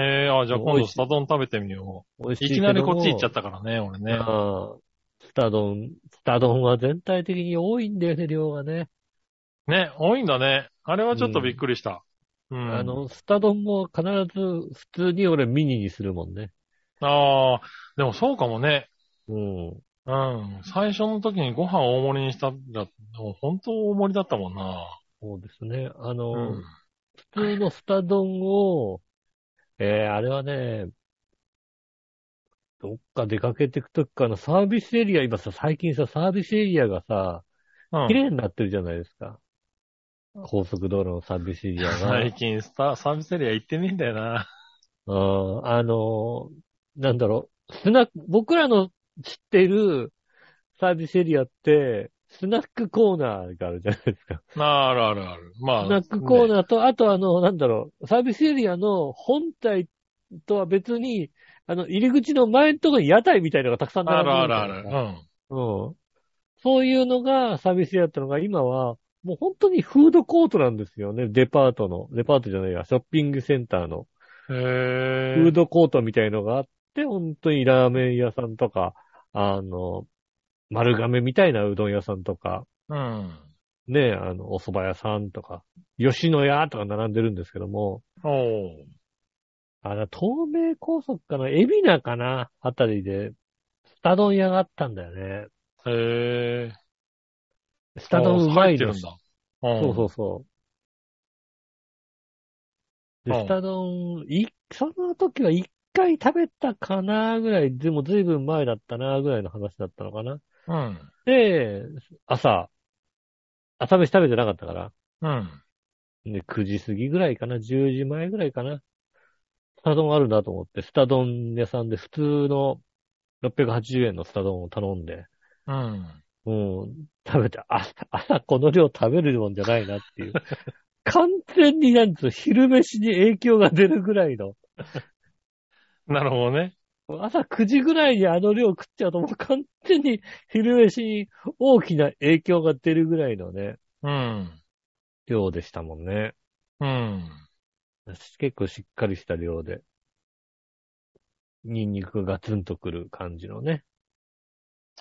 ええあ、じゃあ今美味度しいスタ丼食べてみよ美味う。しいいけきども。なりこっち行っちゃったからね、俺ね。ああスタ丼、スタ丼は全体的に多いんだよね、量がね。ね、多いんだね。あれはちょっとびっくりした。うん。あ、の、スタ丼も必ず普通に俺ミニにするもんね。ああ、でもそうかもね。うん。うん。最初の時にご飯大盛りにしたんだ。もう本当大盛りだったもんな。そうですね。あの、うん。普通のスタ丼を、えー、あれはね、どっか出かけてくときかな、サービスエリア、今さ、最近さ、サービスエリアがさ、うん綺麗になってるじゃないですか。高速道路のサービスエリアが。最近スタ、サービスエリア行ってねえんだよな。うんあのーなんだろう、スナック、僕らの知っているサービスエリアって、スナックコーナーがあるじゃないですか。 ああるあるある。まあ。スナックコーねナーと、あとあの、なんだろう、サービスエリアの本体とは別に、あの、入り口の前のところに屋台みたいなのがたくさん並あんでるるあみるたあいなる。うん。うん。そういうのがサービスエリアだったのが、今は、もう本当にフードコートなんですよね。デパートの。デパートじゃないや、ショッピングセンターの。へフーえ。ドコートみたいのがあって、本当にラーメン屋さんとか、あの、丸亀みたいなうどん屋さんとか、うん。ね、あの、お蕎麦屋さんとか、吉野家とか並んでるんですけども、おう。あの、東名高速かな、海老名かな、あたりで、スタ丼屋があったんだよね。へえ。スタ丼うま入いってのるんだ。うん。そうそうそう。うで、んスタ丼、い、その時は一回食べたかなぐらい、でも随分前だったなぐらいの話だったのかな。う。うん。で、朝、朝飯食べてなかったから、うん。で、9時過ぎぐらいかな、10時前ぐらいかな。スタ丼あるなと思って、スタ丼屋さんで普通の680円のスタ丼を頼んで、うん。うん、食べて、朝、朝この量食べるもんじゃないなっていう。完全になんつう、昼飯に影響が出るぐらいの。なるほどね。朝9時ぐらいにあの量食っちゃうともう完全に昼飯に大きな影響が出るぐらいのね、うん。量でしたもんね。うん。結構しっかりした量で。ニンニクがツンとくる感じのね。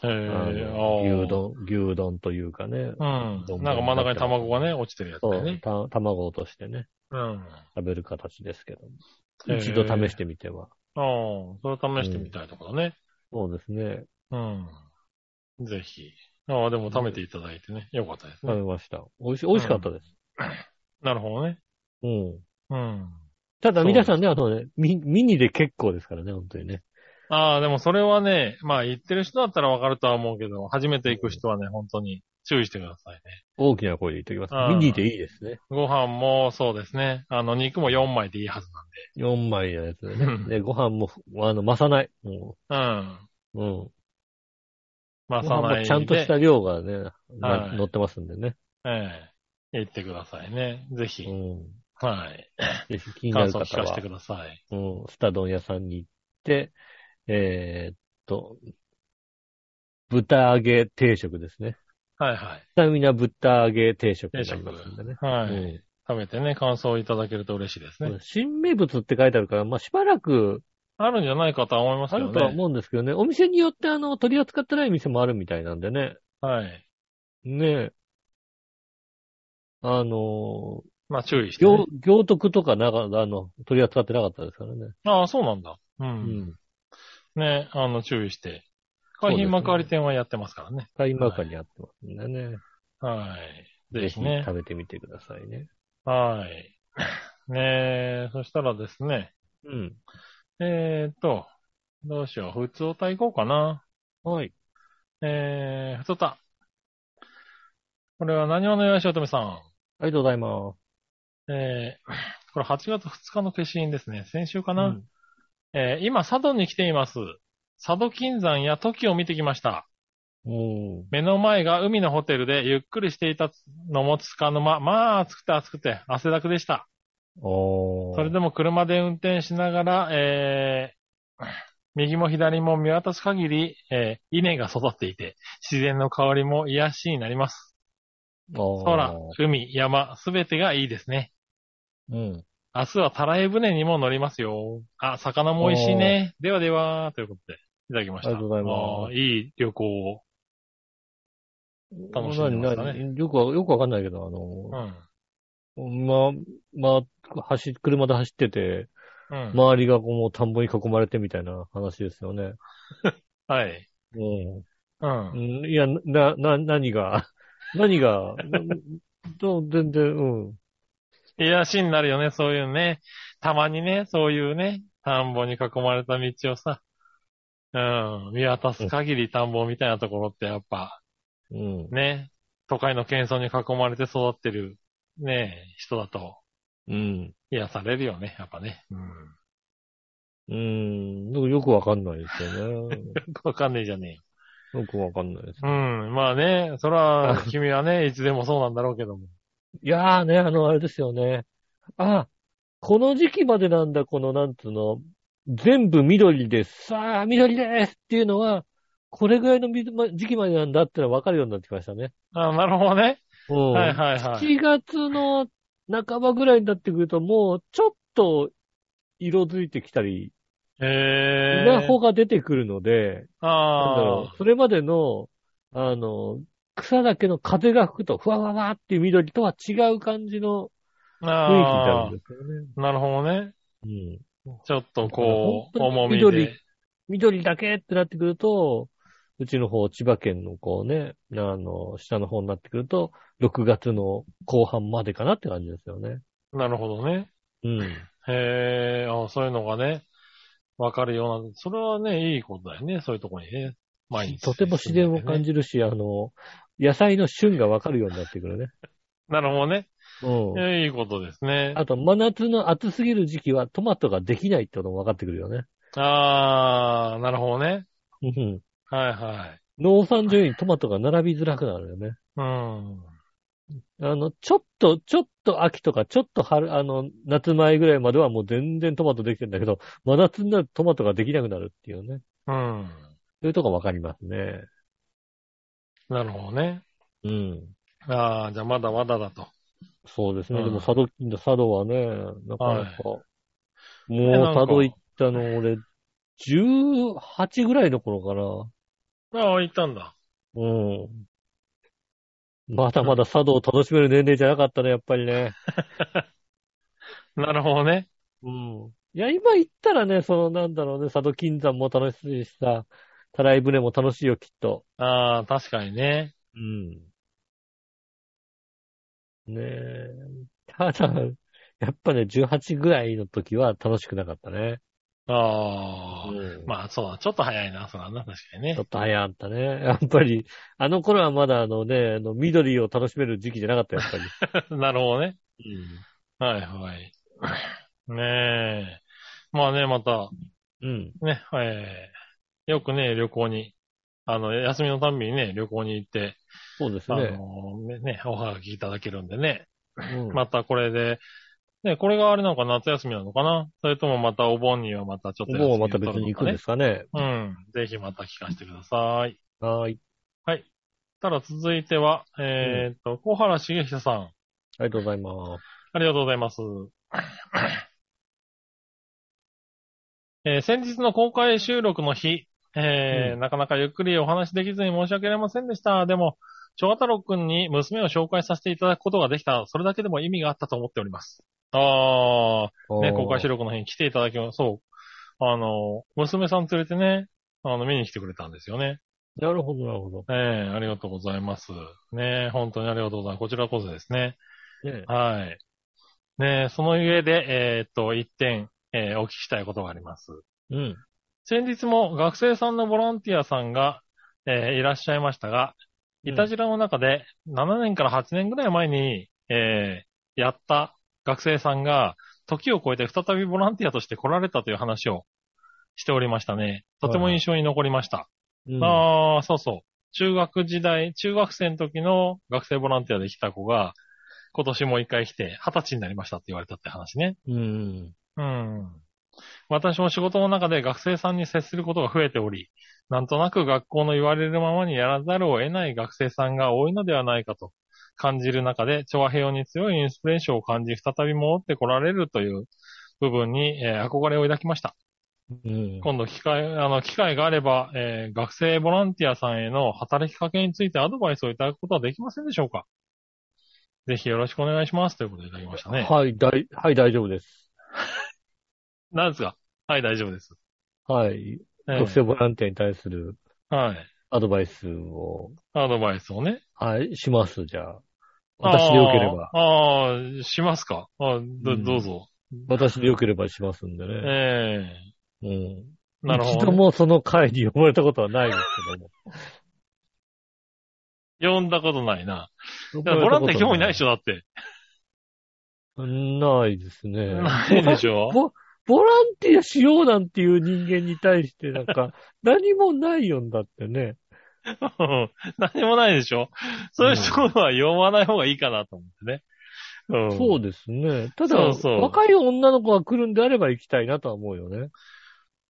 へあえ。のあー牛。丼、牛丼というかね。うん。なんか真ん中に卵がね、落ちてるやつそだようね。た卵落としてね、うん。食べる形ですけど。へー一度試してみては。ああ、それを試してみたいところね。そうですね。うん。ぜひ。ああ、でも食べていただいてね。よかったです食べね。ました。美味し、美味しかったです。なるほどね。うん。うん。ただ皆さんね、あのね、ミミニで結構ですからね、本当にね。ああ、でもそれはね、まあ言ってる人だったらわかるとは思うけど、初めて行く人はね、本当に注意してくださいね。大きな声で言っておきまあす。ーミニでいいですね。ご飯もそうですね。あの、肉も4枚でいいはず4枚のやつでねうん。で、ご飯も、あの、増さない。もなんで。うん。う、うん。まあ、ごさ飯ないもで。ちゃんとした量がね、はい乗ってますんでね。ええ行ってくださいね。ぜひ。うん。はい。ぜひ気にな感る想方聞かせはて、ください。うん、スタ丼屋さんに行って、えーっと、豚揚げ定食ですね。はいはい。スタミナ豚揚げ定食になりますんでね。はい。うん食べてね、感想をいただけると嬉しいですね。新名物って書いてあるから、まあ、しばらくあるんじゃないかとは思いますあけどるね。とは思うんですけどね。お店によって、あの、取り扱ってない店もあるみたいなんでね。はい。ねえ。あの、まあ、注意して、ね行、。行徳とかなか、あの、取り扱ってなかったですからね。ああ、そうなんだ。う。うんん。ね、あの、注意して。そう海ですね浜幕張店はやってますからね。海馬館にあってますんでね。はい。ぜぜひひね。食べてみてくださいね。はい。 ねえ、そしたらですね。うん。えーっと、どうしよう。普通おた行こうかな。はい。えー、普通おた。これは何話のよしおとめさん。ありがとうございまえー、これ8月2日の消印ですね。先週かす。な。うんえー今、佐渡に来ています。佐渡金山や時を見てきました。おー目の前が海のホテルでゆっくりしていたのもつかの間、まあ暑くて暑くて汗だくでした。おーそれでも車で運転しながら、えー右も左も見渡す限り、えー稲が育っていて、自然の香りも癒しになります。おー空、海、山、すべてがいいですね。うん。明日はたらい船にも乗りますよ。あ、魚も美味しいね。ではでは、ということで、いただきました。ありがとうございますあーいい旅行を。楽しんでましたね何何よくわ、よくわかんないけど、あの、うん。まあ、まあ、走、車で走ってて、うん。周りがこうもう田んぼに囲まれてみたいな話ですよね。はい。ううん。ん。いや、な、な、何が、 何が、 どう全然、うん。癒しになるよね、そういうね。たまにね、そういうね、田んぼに囲まれた道をさ、うん、見渡す限り田んぼみたいなところってやっぱ、うん。ね、都会の喧騒に囲まれて育ってる、ね、人だとうん。癒されるよね、やっぱね。ううん。ん。なんかよくわかんないですよね。よ くわかんねえじゃねえよ。よくわかんないです。うん、まあね、そら、君はね、いつでもそうなんだろうけども。いやーね、あの、あれですよね。あ、この時期までなんだ、この、なんつうの、全部緑です。さあ、緑ですっていうのは、これぐらいのみま時期までなんだってのは分かるようになってきましたね。あなるほどね。うん。はいはいはい。 7月の半ばぐらいになってくると、もう、ちょっと、色づいてきたり、え稲ー穂。が出てくるので、なんだあろう、それまでの、あの、草だけの風が吹くと、ふわわわっていう緑とは違う感じのあ。雰囲気になあるんですよね。あ。なるほどね。うん。ちょっとこう、だから重本当みにで。緑だけってなってくると、うちの方、千葉県のこうね、あの、下の方になってくると、6月の後半までかなって感じですよね。なるほどね。うん。へえ、あそういうのがね、わかるような、それはね、いいことだよね、そういうとこにね。毎日、とても自然を感じじるし、あの、野菜の旬がわかるようになってくるね。なるほどね。うん。えいいことですね。あと、真夏の暑すぎる時期はトマトができないってことも分かってくるよね。あー、なるほどね。うん。はいはい。農産所にトマトが並びづらくなるよね。うん。あの、ちょっと、ちょっと秋とか、ちょっと春、あの、夏前ぐらいまではもう全然トマトできてんだけど、真夏になるとトマトができなくなるっていうね。うん。そういうとこわかりますね。なるほどね。うん。あー、じゃあまだまだだと。そうですね。うんでも、佐渡金の佐渡はね、なかなか、もうなんか佐渡行ったの俺、18ぐらいの頃かああ、行ったんだ。な。うん。まだまだ佐渡を楽しめる年齢じゃなかったね、やっぱりね。なるほどね。うん。いや、今行ったらね、その、なんだろうね、佐渡金山も楽しいしさ、たらい船も楽しいよ、きっと。あー、確かにね。うん。ねえ。ただ、やっぱね、18ぐらいの時は楽しくなかったね。あー。うんまあそうだ、ちょっと早いな、そうだな、確かにねちょ。っと早かったね。やっぱり、あの頃はまだあのね、あの緑を楽しめる時期じゃなかったよ、やっぱり。 なるほどね。うんはいはい。ねえ。まあね、また、うん。ね、えーよくね、旅行に、あの、休みのたんびにね、旅行に行って、そうですあのね。ねね、おはがきいただけるんでね。うんまたこれで、ね、これがあれなのか夏休みなのかなそれともまたお盆にはまたちょっと休みもうをまた取る別のかねに行くんですかね。うん。ぜひまた聞かせてください。はーい。ただ続いては、えーっと、小原茂久さん。ありがとうございます。ありがとうございます。えー先日の公開収録の日、えーうなかなかゆっくりお話できずに申し訳ありませんでした。でも、長太郎くんに娘を紹介させていただくことができた、それだけでも意味があったと思っております。あー、ね、公開収ろ。録の日に来ていただきまそう。あの、娘さん連れてね、あの、見に来てくれたんですよね。なるほど、なるほど。ええありがとうございます。ね本当にありがとうございます。こちらこそですね。ねはい。ねえその上で、えーっと、一点、えーお聞きしたいことがあります。うん。先日も学生さんのボランティアさんが、えーいらっしゃいましたが、うんいたじらの中で、7年から8年ぐらい前に、えーやった学生さんが、時を超えて再びボランティアとして来られたという話をしておりましたね。とても印象に残りました。うん。ああ、そうそう。中学時代、中学生の時の学生ボランティアで来た子が、今年もう一回来て、二十歳になりましたって言われたって話ね。うん。うん。私も仕事の中で学生さんに接することが増えており、なんとなく学校の言われるままにやらざるを得ない学生さんが多いのではないかと感じる中で、調和平和に強いインスピレーションを感じ、再び戻ってこられるという部分に、えー憧れを抱きました。うん。今度機会、あの、機会があれば、えー学生ボランティアさんへの働きかけについてアドバイスをいただくことはできませんでしょうかぜひよろしくお願いします。ということでいただきましたね。はい、大、はい、大丈夫です。なんですかはい、大丈夫です。はい。えー学生ボランティアに対するはい。アドバイスを、アドバイスをね。はい、します、じゃあ。私でよければ。あーあー、しますかあどうんどうぞ。私でよければしますんでね。えうん。えなる一ほ度ど、ね。もその回に呼ばれたことはないですけども。呼んだことないな。だからボランティア興 味ないでしょ、だって。ょないですね。 ないで しょボボランティアしようなんていう人間に対 してなんか、何もないよんだってね。うん 何もないでしょそういう人は読まない方がいいかなと思ってね。うん、そうですね。ただ、そうそう若い女の子が来るんであれば行きたいなとは思うよね。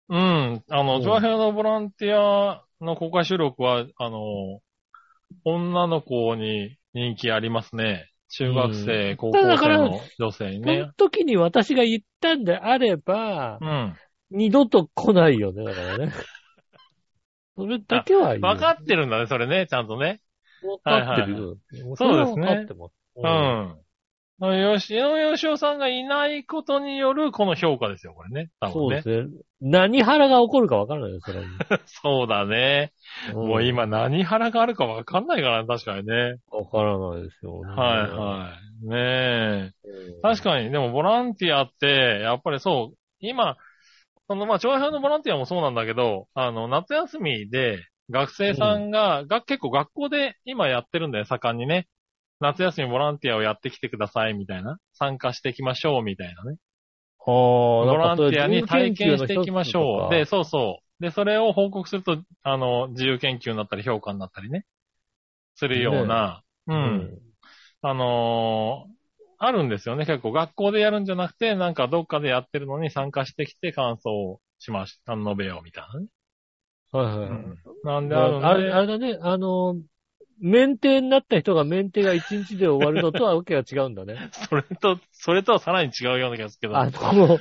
うん。あうの、んジョアヘアのボランティアの公開収録は、あの、女の子に人気ありますね。中学生、高校だか生らの女性にそのね。時に私が行ったんであれば、うん。二度と来ないよね、だからね。 それだけはいいよ。わかってるんだね、それね、ちゃんとね。わかってるよ。そうですねわかってます。うん。あの吉野義雄さんがいないことによるこの評価ですよ、これね。多そ分うね。ですね。何腹が起こるかわからないですから、そうだね。うん もう今何腹があるかわかんないからね、確かにね。わからないですよね。はいはい。ねえ。い確かに、でもボランティアって、やっぱりそう、今、そのまあ、長編のボランティアもそうなんだけど、あの、夏休みで、学生さんが、が、結構学校で今やってるんだよ、盛んにね。夏休みボランティアをやってきてください、みたいな。参加していきましょう、みたいなね。ああ、ボラなんかそれンティアに体験していきましょう。自由研究ので、一つとかそうそう。で、それを報告すると、あの、自由研究になったり、評価になったりね。するような、うん。あのーあるんですよね。結構学校でやるんじゃなくて、なんかどっかでやってるのに参加してきて感想をしまし、あの述べようみたいなね。うん。はいはいはい。なんであるんで。あれ、あれだね、あの、免停になった人が免停が一日で終わるのとはわけが違うんだ ね。それと、それとはさらに違うような気がするけど。あの、うん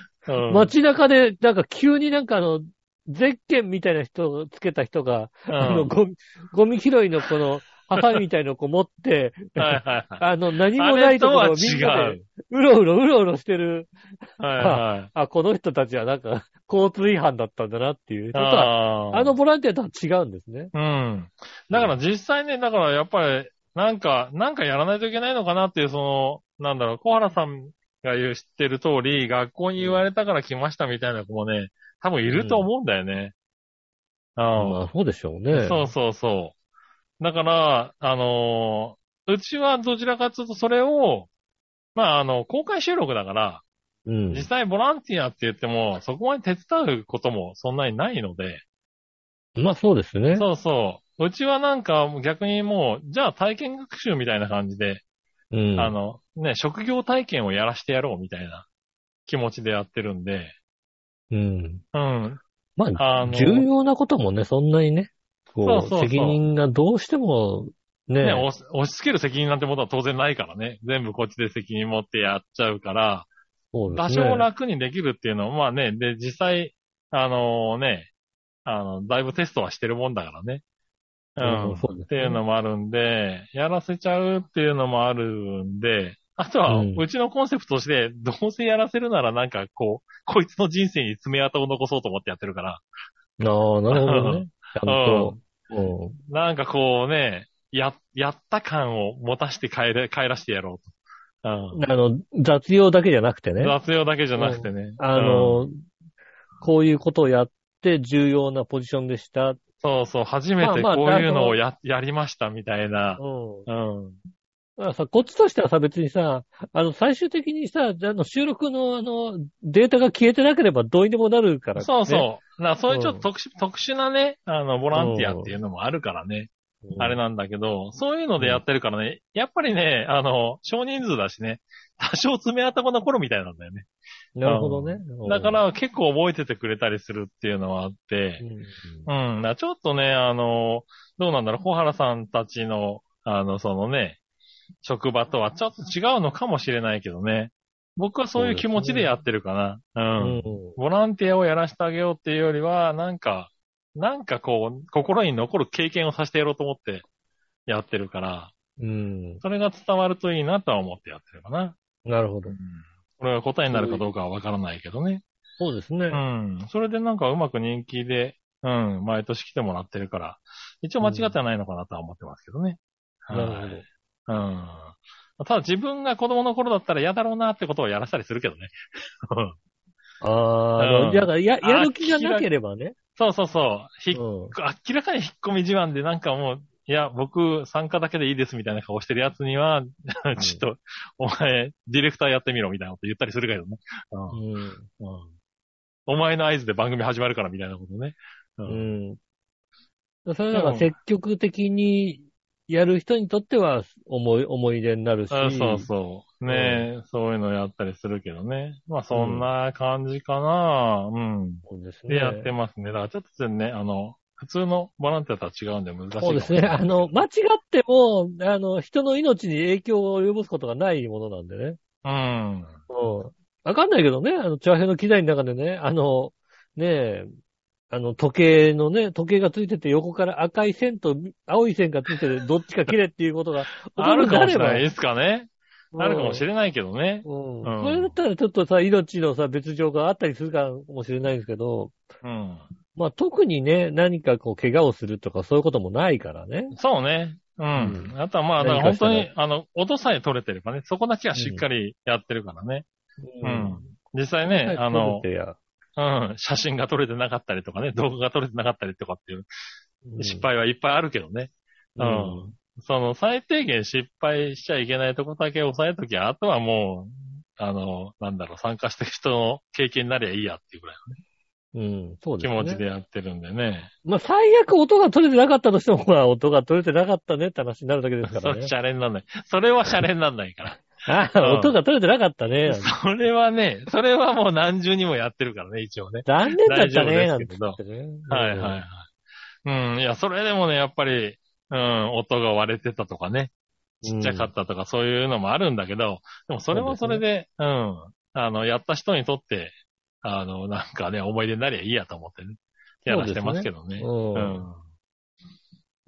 街中で、なんか急になんかあの、ゼッケンみたいな人をつけた人が、うんあの、ゴミ、ゴミ拾いのこの、ハサミみたいのこう持って、はいはいはい。 あの、何もないところをみんあなれで、うろうろ、うろうろしてる、はいはい。あ、この人たちはなんか、 交通違反だったんだなっていう。ちょっとはあーあのボランティアとは違うんですね。うん。だから実際ね、だからやっぱり、なんか、なんかやらないといけないのかなっていう、その、なんだろう、小原さんが言う、知ってる通り、学校に言われたから来ましたみたいな子もね、多分いると思うんだよね。まああ、そうでしょうあ、ね。そうそうそう。だから、あのーうちはどちらかというとそれを、まあ、あの、公開収録だから、うん。実際ボランティアって言っても、そこまで手伝うこともそんなにないので、まあ、そうですね。そうそう。うちはなんか逆にもう、じゃあ体験学習みたいな感じで、うん。あの、ね、職業体験をやらしてやろうみたいな気持ちでやってるんで、うん。うん。まああ、の重要なこともね、そんなにね、こそうう、そうそう責任がどうしても、ね、ね、押し押し付ける責任なんてことは当然ないからね。全部こっちで責任持ってやっちゃうから、そうで多すね。少楽にできるっていうのは、まあね、で、実際、あのね、あの、だいぶテストはしてるもんだからね。うんそうですねっていうのもあるんで、やらせちゃうっていうのもあるんで、あとは、うんうちのコンセプトとして、どうせやらせるならなんかこう、こいつの人生に爪痕を残そうと思ってやってるから、ああ、なるほ どね。ちゃんと。うんなんかこうね、や、やった感を持たして帰れ、帰らしてやろうと。うん。あの、雑用だけじゃなくてね。雑用だけじゃなくてね。あうん、の、こういうことをやって重要なポジションでした。うん。そうそう、初めてまあまあこういうのをや、やりましたみたいな。うん。だからさ、こっちとしてはさ、別にさ、あの、最終的にさ、あの、収録のあの、データが消えてなければどうにでもなるから、ね。そうそう。なそういうちょっと特殊、特殊なね、あの、ボランティアっていうのもあるからね。うん。あれなんだけど、そういうのでやってるからね、やっぱりね、あの、少人数だしね、多少爪痕が残るみたいなんだよね。なるほどね。だか、ら結構覚えててくれたりするっていうのはあってう、ん。うん、なちょっとね、あの、どうなんだろう、小原さんたちの、あの、そのね、職場とはちょっと違うのかもしれないけどね。僕はそういう気持ちでやってるかな。うん。うボランティアをやらせてあげようっていうよりは、なんか、なんかこう、心に残る経験をさせてやろうと思ってやってるから、ん。うん。それが伝わるといいなとは思ってやってるかな。なるほど。これが答えになるかどうかはわからないけどね。そうですね。うん。それでなんかうまく人気で、うん、毎年来てもらってるから、一応間違ってはないのかなとは思ってますけどね。なるほど。はいうん。ただ自分が子供の頃だったら嫌だろうなってことをやらせたりするけどね。 あうあ、んだからや、あやる気がなければね。そうそうそう。ひっうん明らかに引っ込み自慢で、なんかもう、いや、僕、参加だけでいいですみたいな顔してるやつには、ちょっと、お前、ディレクターやってみろみたいなこと言ったりするけどね。うんうんお前の合図で番組始まるからみたいなことね。ううん。うん。それなんか積極的にやる人にとっては思い、思い出になるし。あそうそう。ねえ、そういうのやったりするけどね。まあ、そんな感じかな。うん。そうですで、ね。やってますね。だから、ちょっとね、あの、普通のボランティアとは違うんで難しいかもそうですね。あの、間違っても、あの、人の命に影響を及ぼすことがないものなんでね。うん。うん。わかんないけどね、あの、長編の機材の中でね、あの、ねえ、あの、時計のね、時計がついてて横から赤い線と青い線がついてて、どっちか切れっていうことが起こあるるんでかあもれしればない。いつかね。あるかもしれないけどね。うん。うんそれだったらちょっとさ、命のさ、別状があったりするかもしれないですけど、うん。まあ特にね、何かこう、怪我をするとかそういうこともないからね。そうね。うん。あとはまあ、だから本当に、あの、音さえ取れてればね、そこだけはしっかりやってるからね。うん。実際ね、あそのう、ですようん、写真が撮れてなかったりとかね、動画が撮れてなかったりとかっていううん失敗はいっぱいあるけどね。ううんん。その最低限失敗しちゃいけないとこだけ抑えときゃ、あとはもう、あの、なんだろう、参加してる人の経験になりゃいいやっていうぐらいうん、そうのです気ね。持ちでやってるんでね。まあ、最悪音が取れてなかったとしても、まあ、音が取れてなかったねって話になるだけですかそられね。シャレになんない。それはシャレになんないから。あうんあ、音が取れてなかったね。それはね、それはもう何重にもやってるからね、一応ね。残念だったね、大丈なん夫でてすけど言ってね。はいはいはい。うん、いや、それでもね、やっぱり、うん、音が割れてたとかね、ちっちゃかったとか、そういうのもあるんだけど、でもそれもそれで、うん、あの、やった人にとって、あの、なんかね、思い出になりゃいいやと思ってね、やらしてますけどね。う。うんうん。ん。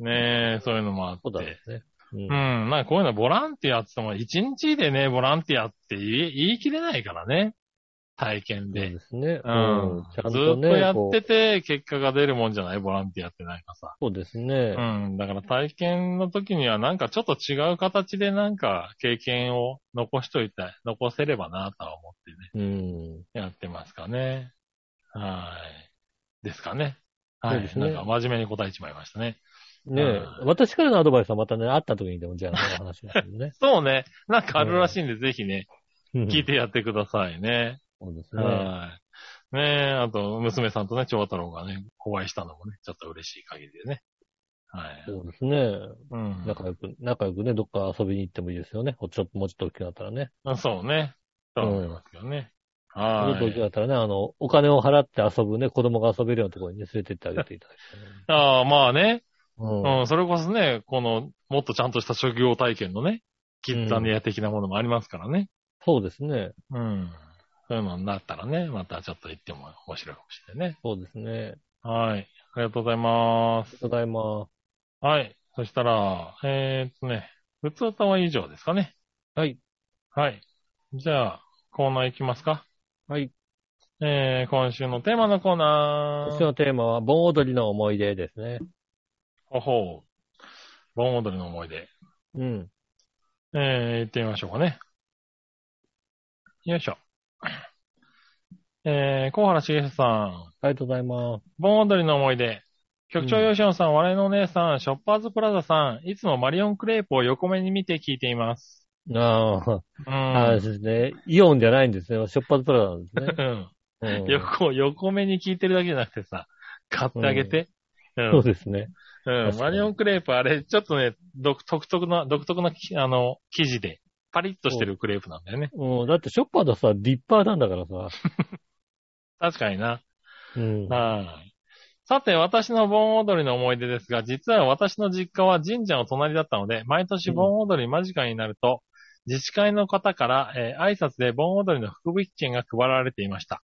ねえ、そういうのもあっそうだて。ね。ううんん。なんかこういうのボランティアって言っても、一日でね、ボランティアって言い言い切れないからね。体験そうで。ですね。ううんん。ちゃんずとっとやね、っこてて、結果が出るもんじゃないボランティアってなんかさ。うそうですうね。ん。だから体験の時にはなんかちょっと違う形でなんか経験を残しといたい、残せればなとは思ってね、うん。やってますかね。はい。ですかね。はそういで。すねなんか真面目に答えちまいましたね。ねえう。私からのアドバイスはまたね、会った時にでもじゃあ話しますよねそうね。なんかあるらしいんで、ぜひね、うん聞いてやってくださいね。そうですね。はい。ねえ、あと、娘さんとね、長太郎がね、お会いしたのもね、ちょっと嬉しい限りでね。はい。そうですね。うん。仲良く、仲良くね、どっか遊びに行ってもいいですよね。ほちょもうちょっと大きくなったらね。あそうね。そう思いますけどね。はちょっと大きくい。なったらね、あの、お金を払って遊ぶね、子供が遊べるようなところにね、連れてってあげていただきたいね。ああ、まあね。うん。うん、それこそね、この、もっとちゃんとした職業体験のね、キッザニア的なものもありますからね。そうですね。うん。そういうのになったらね、またちょっと行っても面白いかもしれないね。そうですね。はい。ありがとうございます。ただいま。ははい。そしたら、えー、っとね、普通とは以上ですかね。はい。はい。じゃあ、コーナー行きますか。い。えー、今週のテーマのコーナ今週ー。のテーマは、盆踊りの思い出ですね。ほほう。盆踊りの思い出。うん。えー、行ってみましょうかね。よいしょ。えー、小原茂さん、ありがとうございます。盆踊りの思い出。局長吉野さん、笑いのお姉さん、ショッパーズプラザさん、いつもマリオンクレープを横目に見て聞いています。あうん。あ、あそうですね。イオンじゃないんですね。ショッパーズプラザなんでうん。すね。うん横、横目に聞いてるだけじゃなくてさ、買ってあげて。うん。そうですね。うん確かにマリオンクレープ、あれ、ちょっとね、独独特な、独特なき、あの、生地で、パリッとしてるクレープなんだよね。うん、だってショッパーださ、立派なんだからさ。確かにな。うん。はい。さて、私の盆踊りの思い出ですが、実は私の実家は神社の隣だったので、毎年盆踊り間近になると、自治会の方から、えー挨拶で盆踊りの福引券が配られていました。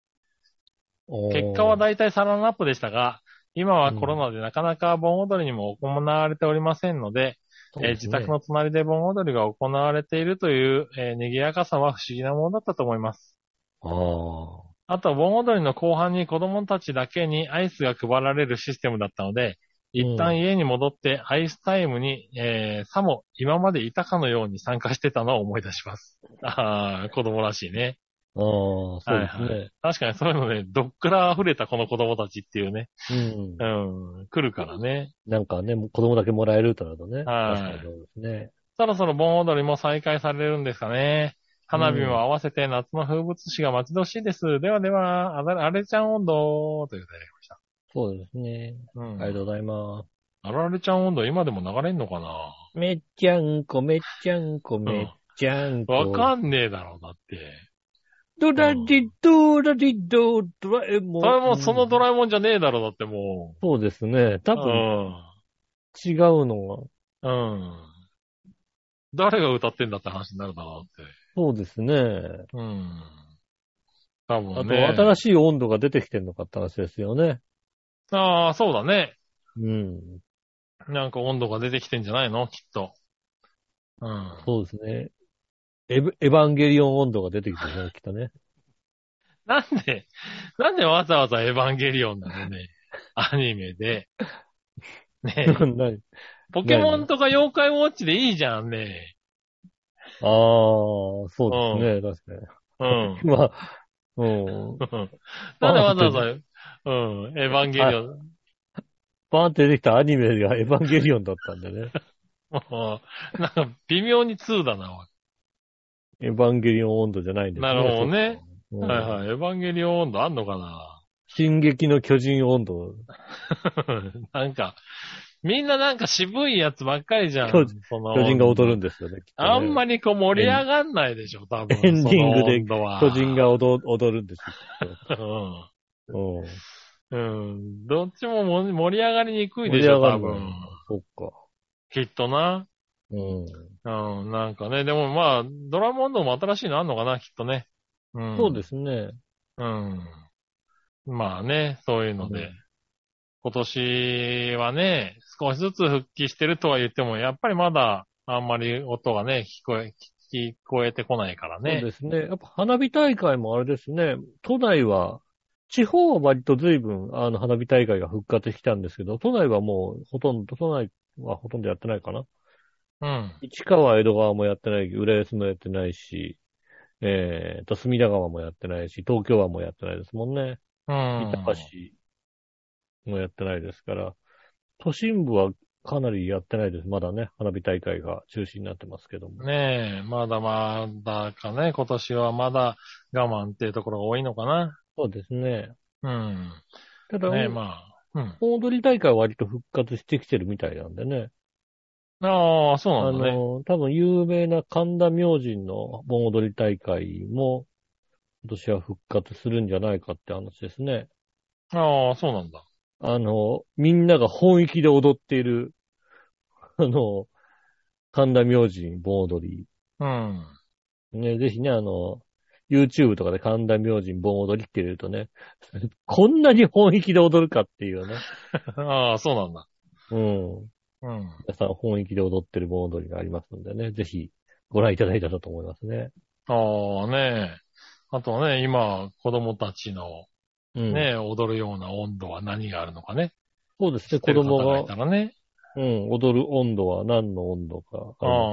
結果はだ大体サランラップでしたが、今はコロナでなかなか盆踊りにも行われておりませんので、えー自宅の隣で盆踊りが行われているという、えー賑やかさは不思議なものだったと思います。ああと、盆踊りの後半に子供たちだけにアイスが配られるシステムだったので、一う旦ん家に戻ってアイスタイムに、えーさも今までいたかのように参加してたのを思い出し ます。ああ、子供らしいね。あ。ああ、そうですね。はい確かにそういうのね、どっから溢れたこの子供たちっていうね。うんう。ん、来るからね。なんかね、子供だけもらえるとなるとね。はい確かにそうですね。そろそろ盆踊りも再開されるんですかね。花火も合わせて夏の風物詩が待ち遠しいです。ではでは、あざあれちゃん温度ということでいただきました。そうですね。うんありがとうございます。あられちゃん温度今でも流れんのかなめっちゃんこ、めっちゃんこ、めっちゃんこ。わかんねえだろう、だって。ドラリドラリド、ドラえもん。それもそのドラ、ラえもんじゃねえだろう、だってもう。そうですね。多分違うのは、うん。うん。誰が歌ってんだって話になるだろうって。そうですね。うん。多あと、分ね。新ししい温度が出てきてるのかって話ですよね。い。ああ、そうだね。うん。なんか温度が出てきてんじゃないのきっと。うん。そうですね。エヴエヴァンゲリオン温度が出てきたね、きっとね。なんで、なんでわざわざエヴァンゲリオンなのね、アニメで。 ね え何ポケモンとか妖怪ウォッチでいいじゃんね。ああ、そうですね、確かに。う ん。まあ、うん。なんでわざわざ、うん、エヴァンゲリオン。バーンって出てきたアニメがエヴァンゲリオンだったんで ね。もうなんか微妙に2だな、エヴァンゲリオン温度じゃないんですなるほどね。そうおかいうんはいはい。エヴァンゲリオン温度あんのか な進撃の巨人温度。なんか、みんななんか渋いやつばっかりじゃん。巨その巨人が踊るんですよね。きっとねあんまりこう盛り上がんないでしょ、多分。エンディングでその温度は巨人。が踊踊るんですうんよ。うん。うんどっちもも盛り上がりにくいでしょ、盛り上が多んない分。そっか。きっとな。うん。うん、なんかね、でもまあ、ドラモンドも新しいのあんのかな、きっとね。うん。。そうですすね。うん。まあね、そういうのうで。ん今年はね、少しずつ復帰してるとは言っても、やっぱりまだ、あんまり音がね、聞こえ、聞こえてこないからそうね。ですね。やっぱ花火大会もあれですね。都内は、地方は割と随分、あの、花火大会が復活してきたんですけど、都内はもうほとんど、都内はほとんどやってないかな。うん。市川、江戸川もやってない、浦安もやってないし、えーと、隅田川もやってないし、東京湾もやってないですもんね。うん。板橋もやってないですから、都心部はかなりやってないです。まだね、花火大会が中止になってますけども。ねえ、まだまだかね、今年はまだ我慢っていうところが多いのかな。そうですね。うん。ただ、ねえ、まあ。うん。大踊り大会は割と復活してきてるみたいなんでね。ああ、そうあなんだね。の、多分有名な神田明神の盆踊り大会も、今年は復活するんじゃないかって話ですね。ああ、そうなんだ。あの、みんなが本域で踊っている、 あの、神田明神盆踊り。うん。ね、ぜひね、あの、YouTube とかで神田明神盆踊りって入れるとね、 こんなに本域で踊るかっていうね。ああ、そうなんだ。うん。うん。皆さん本域で踊ってる盆踊りがありますんでね、ぜひご覧いただいたらと思いますね。ああ、ねえ。あとはね、今、子供たちのうん。ね、踊るような温度は何があるのかね。そうですね、知って子る方供がいたが、らね。うん、踊る温度は何の温度かあうり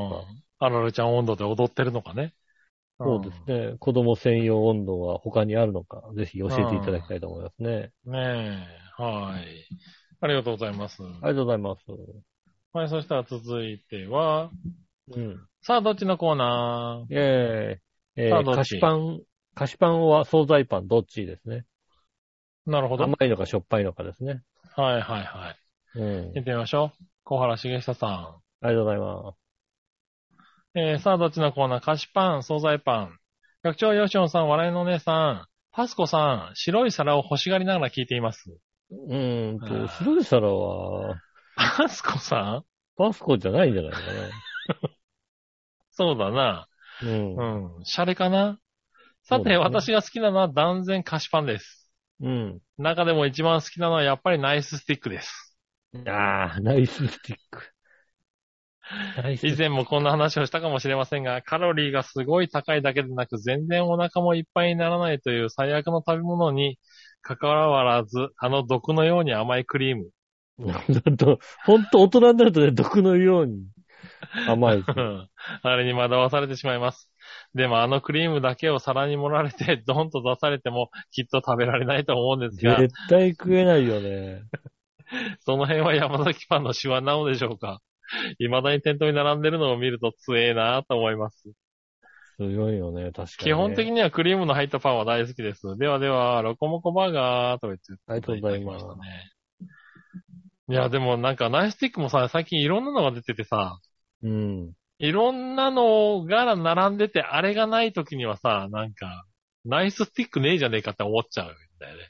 ますか。ん。あられちゃん温度で踊ってるのかね。そうですね。子供専用温度は他にあるのか、ぜひ教えていただきたいと思いますね。うん。ねえ。はい。ありがとうございます。ありがとうございます。はい、そしたら続いては、うん。さあ、どっちのコーナーえええさーあどっ菓子ちパン、菓子パンは惣菜パンどっちですね。なるほど。は甘いいのかしょっぱいのかですね。はいはい。うん。行ってみましょう。小原茂久さありがとうございまん。えー、さあ、どっちのコーナー菓子パン、惣菜パン。学長よしおんさん、笑いのお姉さん、パスコさん、白い皿を欲しがりながら聞いています。す。うーんあーと、白い皿は、パスコさんパスコじゃないんじゃない かそうだな。な。うんう。ん。シャレかなさそて、うですね私が好きなのは断然菓子パンです。うん。中でも一番好きなのはやっぱりナイススティックです。ああ、ナイススティック。ナイス以前もこんな話をしたかもしれませんが、カロリーがすごい高いだけでなく、全然お腹もいっぱいにならないという最悪の食べ物に、関わらず、あの毒のように甘いクリーム。本当、ほんと大人になるとね、毒のように甘 いですね。あれに惑わされてしまいます。でもあのクリームだけを皿に盛られて、 ドンと出されても、きっと食べられないと思うんですが、絶対食えないよね。その辺は山崎パンの手腕なのでしょうか。未だに店頭に並んでるのを見ると強えなと思います。強いよね、確かに、基本的にはクリームの入ったパンは大好きです。ではでは、ロコモコバーガーとか言って。ありがとうございますただきましたね。いや、でもなんかナイスティックもさ、最近いろんなのが出ててさ、うん。いろんなのが並んでて、あれがない時にはさ、なんか、ナイススティックねえじゃねえかって思っちゃうんだよね。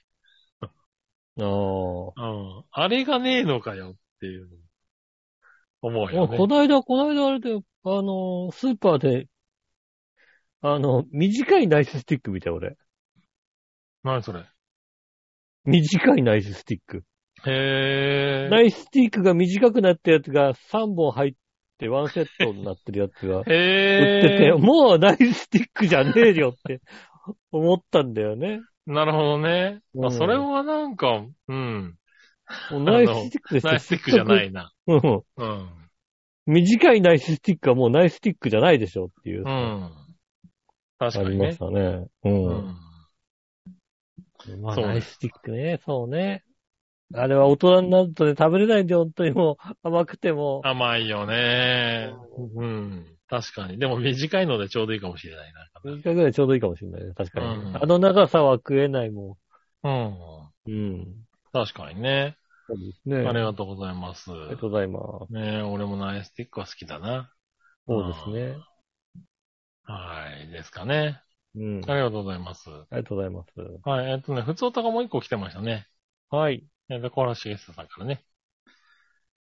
ああ。もうん。あれがねえのかよっていう。思うようこね。ないだ、こないだあれだよ、あのー、スーパーで、あの、短いナイススティック見たよ、俺。何それ。短いナイススティック。へえ。ナイススティックが短くなったやつが3本入ってワンセットになってるやつが売ってて、へえ。もうナイスティックじゃねえよって思ったんだよね。なるほどね。うあ、んそれはなんか、うん。もうナイスティックですよナイスティックじゃな。結いな。局 うんうん。短いナイスティックはもうナイスティックじゃないでしょっていう。うあん。確かりにまねし。たね。うん。うん。まあ、そうねナイスティックね。そうね。あれは大人になるとね、食べれないんで、本当にもう甘くても。甘いよね。うん。確かに。でも短いのでちょうどいいかもしれない短回ぐらいちょうどいいかもしれないね。確かに。うんあの長さは食えないもな。うん。ん。うん。確かにね。そうですね。ありあがとうございます。りがとうございます。ねえ、俺もナイスティックは好きだな。そうですね。はい。ですかね。うん。ありがとうございます。ありがとうございます。はい。えっとね、普通歌がもう一個来てましたね。はい。えっと、小原茂久さんからね。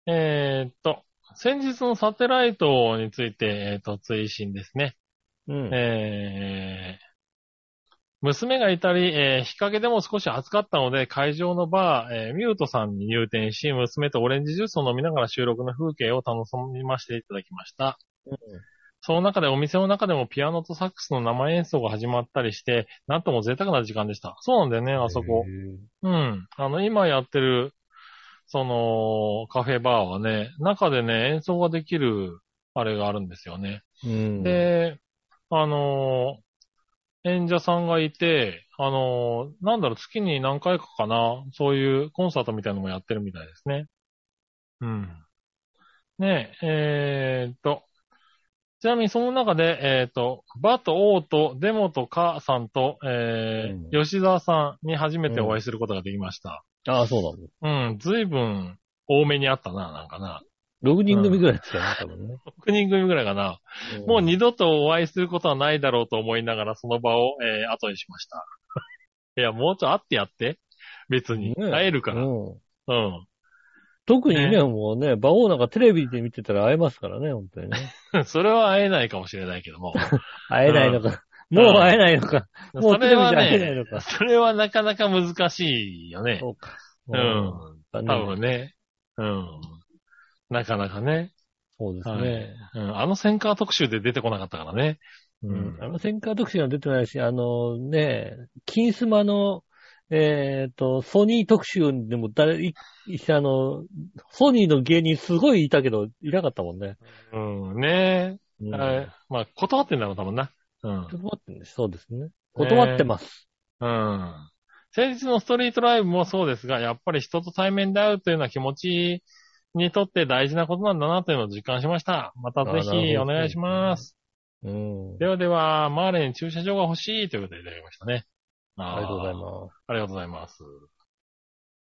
えーっと、先日のサテライトについて、えっと、追伸ですね。うん。えー娘がいたり、えー日陰でも少し暑かったので、会場のバー、えーミュートさんに入店し、娘とオレンジジュースを飲みながら収録の風景を楽しませていただきました。うんその中でお店の中でもピアノとサックスの生演奏が始まったりして、なんとも贅沢な時間でした。そうなんだよね、あそこ。うん。あの、今やってる、その、カフェバーはね、中でね、演奏ができる、あれがあるんですよね。うん。で、あのー演者さんがいて、あのーなんだろう、月に何回かかな、そういうコンサートみたいのもやってるみたいですね。うん。ねえ、えーっと、ちなみにその中で、えーっと、バとオーとデモとカさんと、えーう吉沢さんに初めてお会いすることができました。ああ、そうなんです。うん、ずいぶん多めにあったな、なんかな。 6人組ぐらいですよね、多分ね。 6人組ぐらいかな。もう二度とお会いすることはないだろうと思いながら、その場を、えー後にしました。 いや、もうちょい会ってやって。別に。ね会えるから。うんうん。特にね、ねもうね、馬王なんかテレビで見てたら会えますからね、本当にね。 それは会えないかもしれないけども。会えないのか。うんもう会えないのか。 もそうテレれビはじゃ会えないね、のか。それはなかなか難しいよね。そうか。うん。多多分ね。うん。なかなかね。そうですはいね。うん、あのセンカー特集で出てこなかったからね。ううんん。あの、センカー特集には出てないし、あのね、金スマの、えっ、と、ソニー特集でも誰、い、いあの、ソニーの芸人すごいいたけど、いなかったもんね。うん、ねうんはいまあ、断ってんだろう、多分な。うん。断ってんです。そうですね。断ってます。うん。先日のストリートライブもそうですが、やっぱり人と対面で会うというのは気持ちにとって大事なことなんだなというのを実感しました。またぜひお願いします。うん。ではでは、マーレに駐車場が欲しいということでいただきましたね。あありがとうございす。まありがとうございます。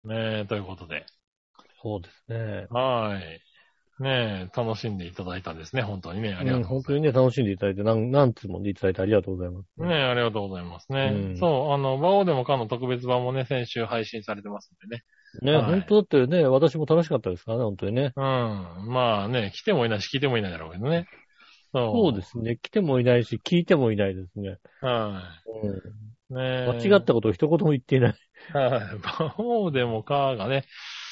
ねえ、ということで。す。そうですね。はーい。ねえ、楽しんでいただいたんですね。本当にね。ありがうとんうご本ざ当います。にね、楽しんでいただいて、なん、なんつもんでいただいてありがとうございます。ねえ、ありがとうございますね。うんそう、あの、馬王でもかの特別版もね、先週配信されてますんでね。ね、はい本当だってね、私も楽しかったですからね、本当にね。うん。まあね、来てもいないし、聞いてもいないだろうけどね。そう。そうですね。来てもいないし、聞いてもいないですね。はうい。ねん、間違ったこことを一言も言っていない。と。はい。魔法でもかがね、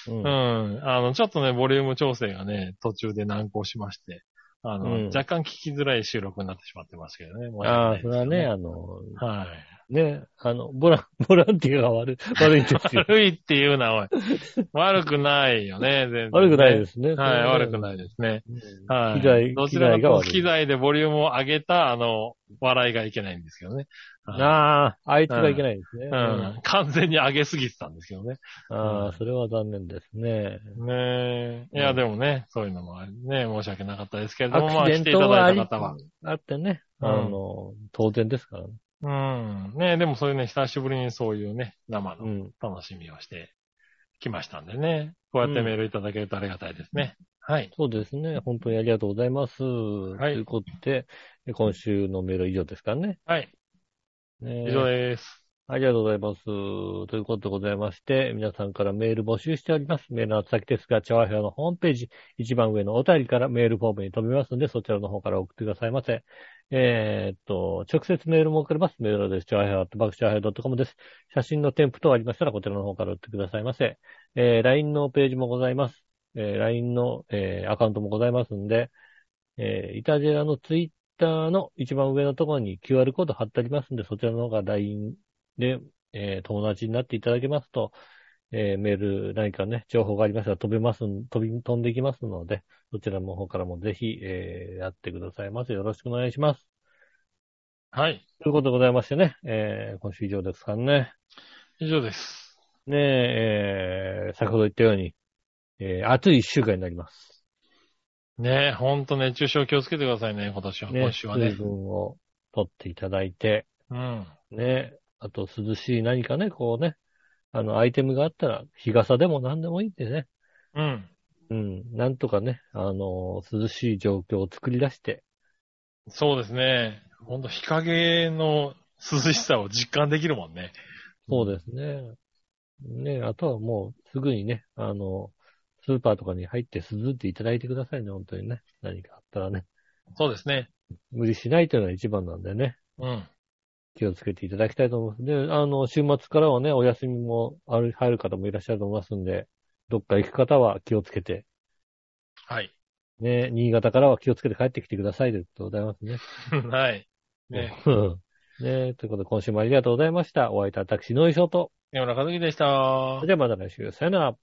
ううんん。あの、ちょっとね、ボリューム調整がね、途中で難航しまして、あの、うん若干聞きづらい収録になってしまってますけどね。申しあ訳なあい、でそすれはよね、。あの、はい。ね、あの、ボラン、ボ ランティアが悪い、 悪いんです よ。悪いって言うな、おい。悪くないよね、全然、悪くないですね。はい、悪くい。ないですね。うんはい。機材どち機らか材がと悪い機材でボリュームを上げた、あの、笑いがいけないんですけどね。はいああ、あいつがいけないですね。うん 完全に上げすぎてたんですけどね。ああ、それは残念ですね。ねえ。いや、でもね、そういうのもありね、申し訳なかったですけれどアも、まあク来シてデンいたトはだあいりた方は。あってね、あの、当然ですからね。うん。ねえ、でもそういうね、久しぶりにそういうね、生うのん。楽しみをしてきましたんでね。こうやってメールいただけるとありがたいですね。はい。そうですね。本当にありがとうございます。はいということで、え今週のメールは以上ですかね。はい。ね以上です。ありがとうございます。ということでございまして、皆さんからメール募集しております。メールの宛先ですが、チャワヘアのホームページ、一番上のお便りからメールフォームに飛びますので、そちらの方から送ってくださいませ。えーっと、直接メールも送れます。メールです。チャワヘア、バクチャワヘア .com です。写真の添付等ありましたら、こちらの方から送ってくださいませ。えー LINE のページもございます。えー LINE の、えーアカウントもございますんで、えー、イタジェラのツイッターの一番上のところに QR コード貼ってありますんで、そちらの方が LINE で、えー友達になっていただけますと、えーメール何かね、情報がありましたら飛べますん、飛び、飛んできますので、そちらの方からもぜひ、えーやってくださいませ。よろしくお願いします。はい。ということでございましてね、えー今週以上ですからね。以上です。ねえ、えー先ほど言ったように、えー暑い一週間になります。ねえ、ほんと熱中症気をつけてくださいね、今年は。ね、今週はね水。分を取っていただいて、うん。ね、あと涼しい何かね、こうね、あの、アイテムがあったら、日傘でも何でもいいんでね、うん。うん、なんとかね、あのー涼しい状況を作り出して、そうですね。ほんと日陰の涼しさを実感できるもんね。そうですね。ね、あとはもう、すぐにね、あのスーパーとかに入って涼んでいただいてくださいね、本当にね。何かあったらね。そうですね。無理しないというのが一番なんでね。うん。気をつけていただきたいと思います。で、あの、週末からはね、お休みもある、入る方もいらっしゃると思いますんで、どっか行く方は気をつけてはい。 ね、新潟からは気をつけて帰ってきてくださいということでございますね。はい。ね。 ねということで今週もありがとうございました。お相手は私、ノイショーと。山中和樹でしたそれ。ではまた来週、さよなら。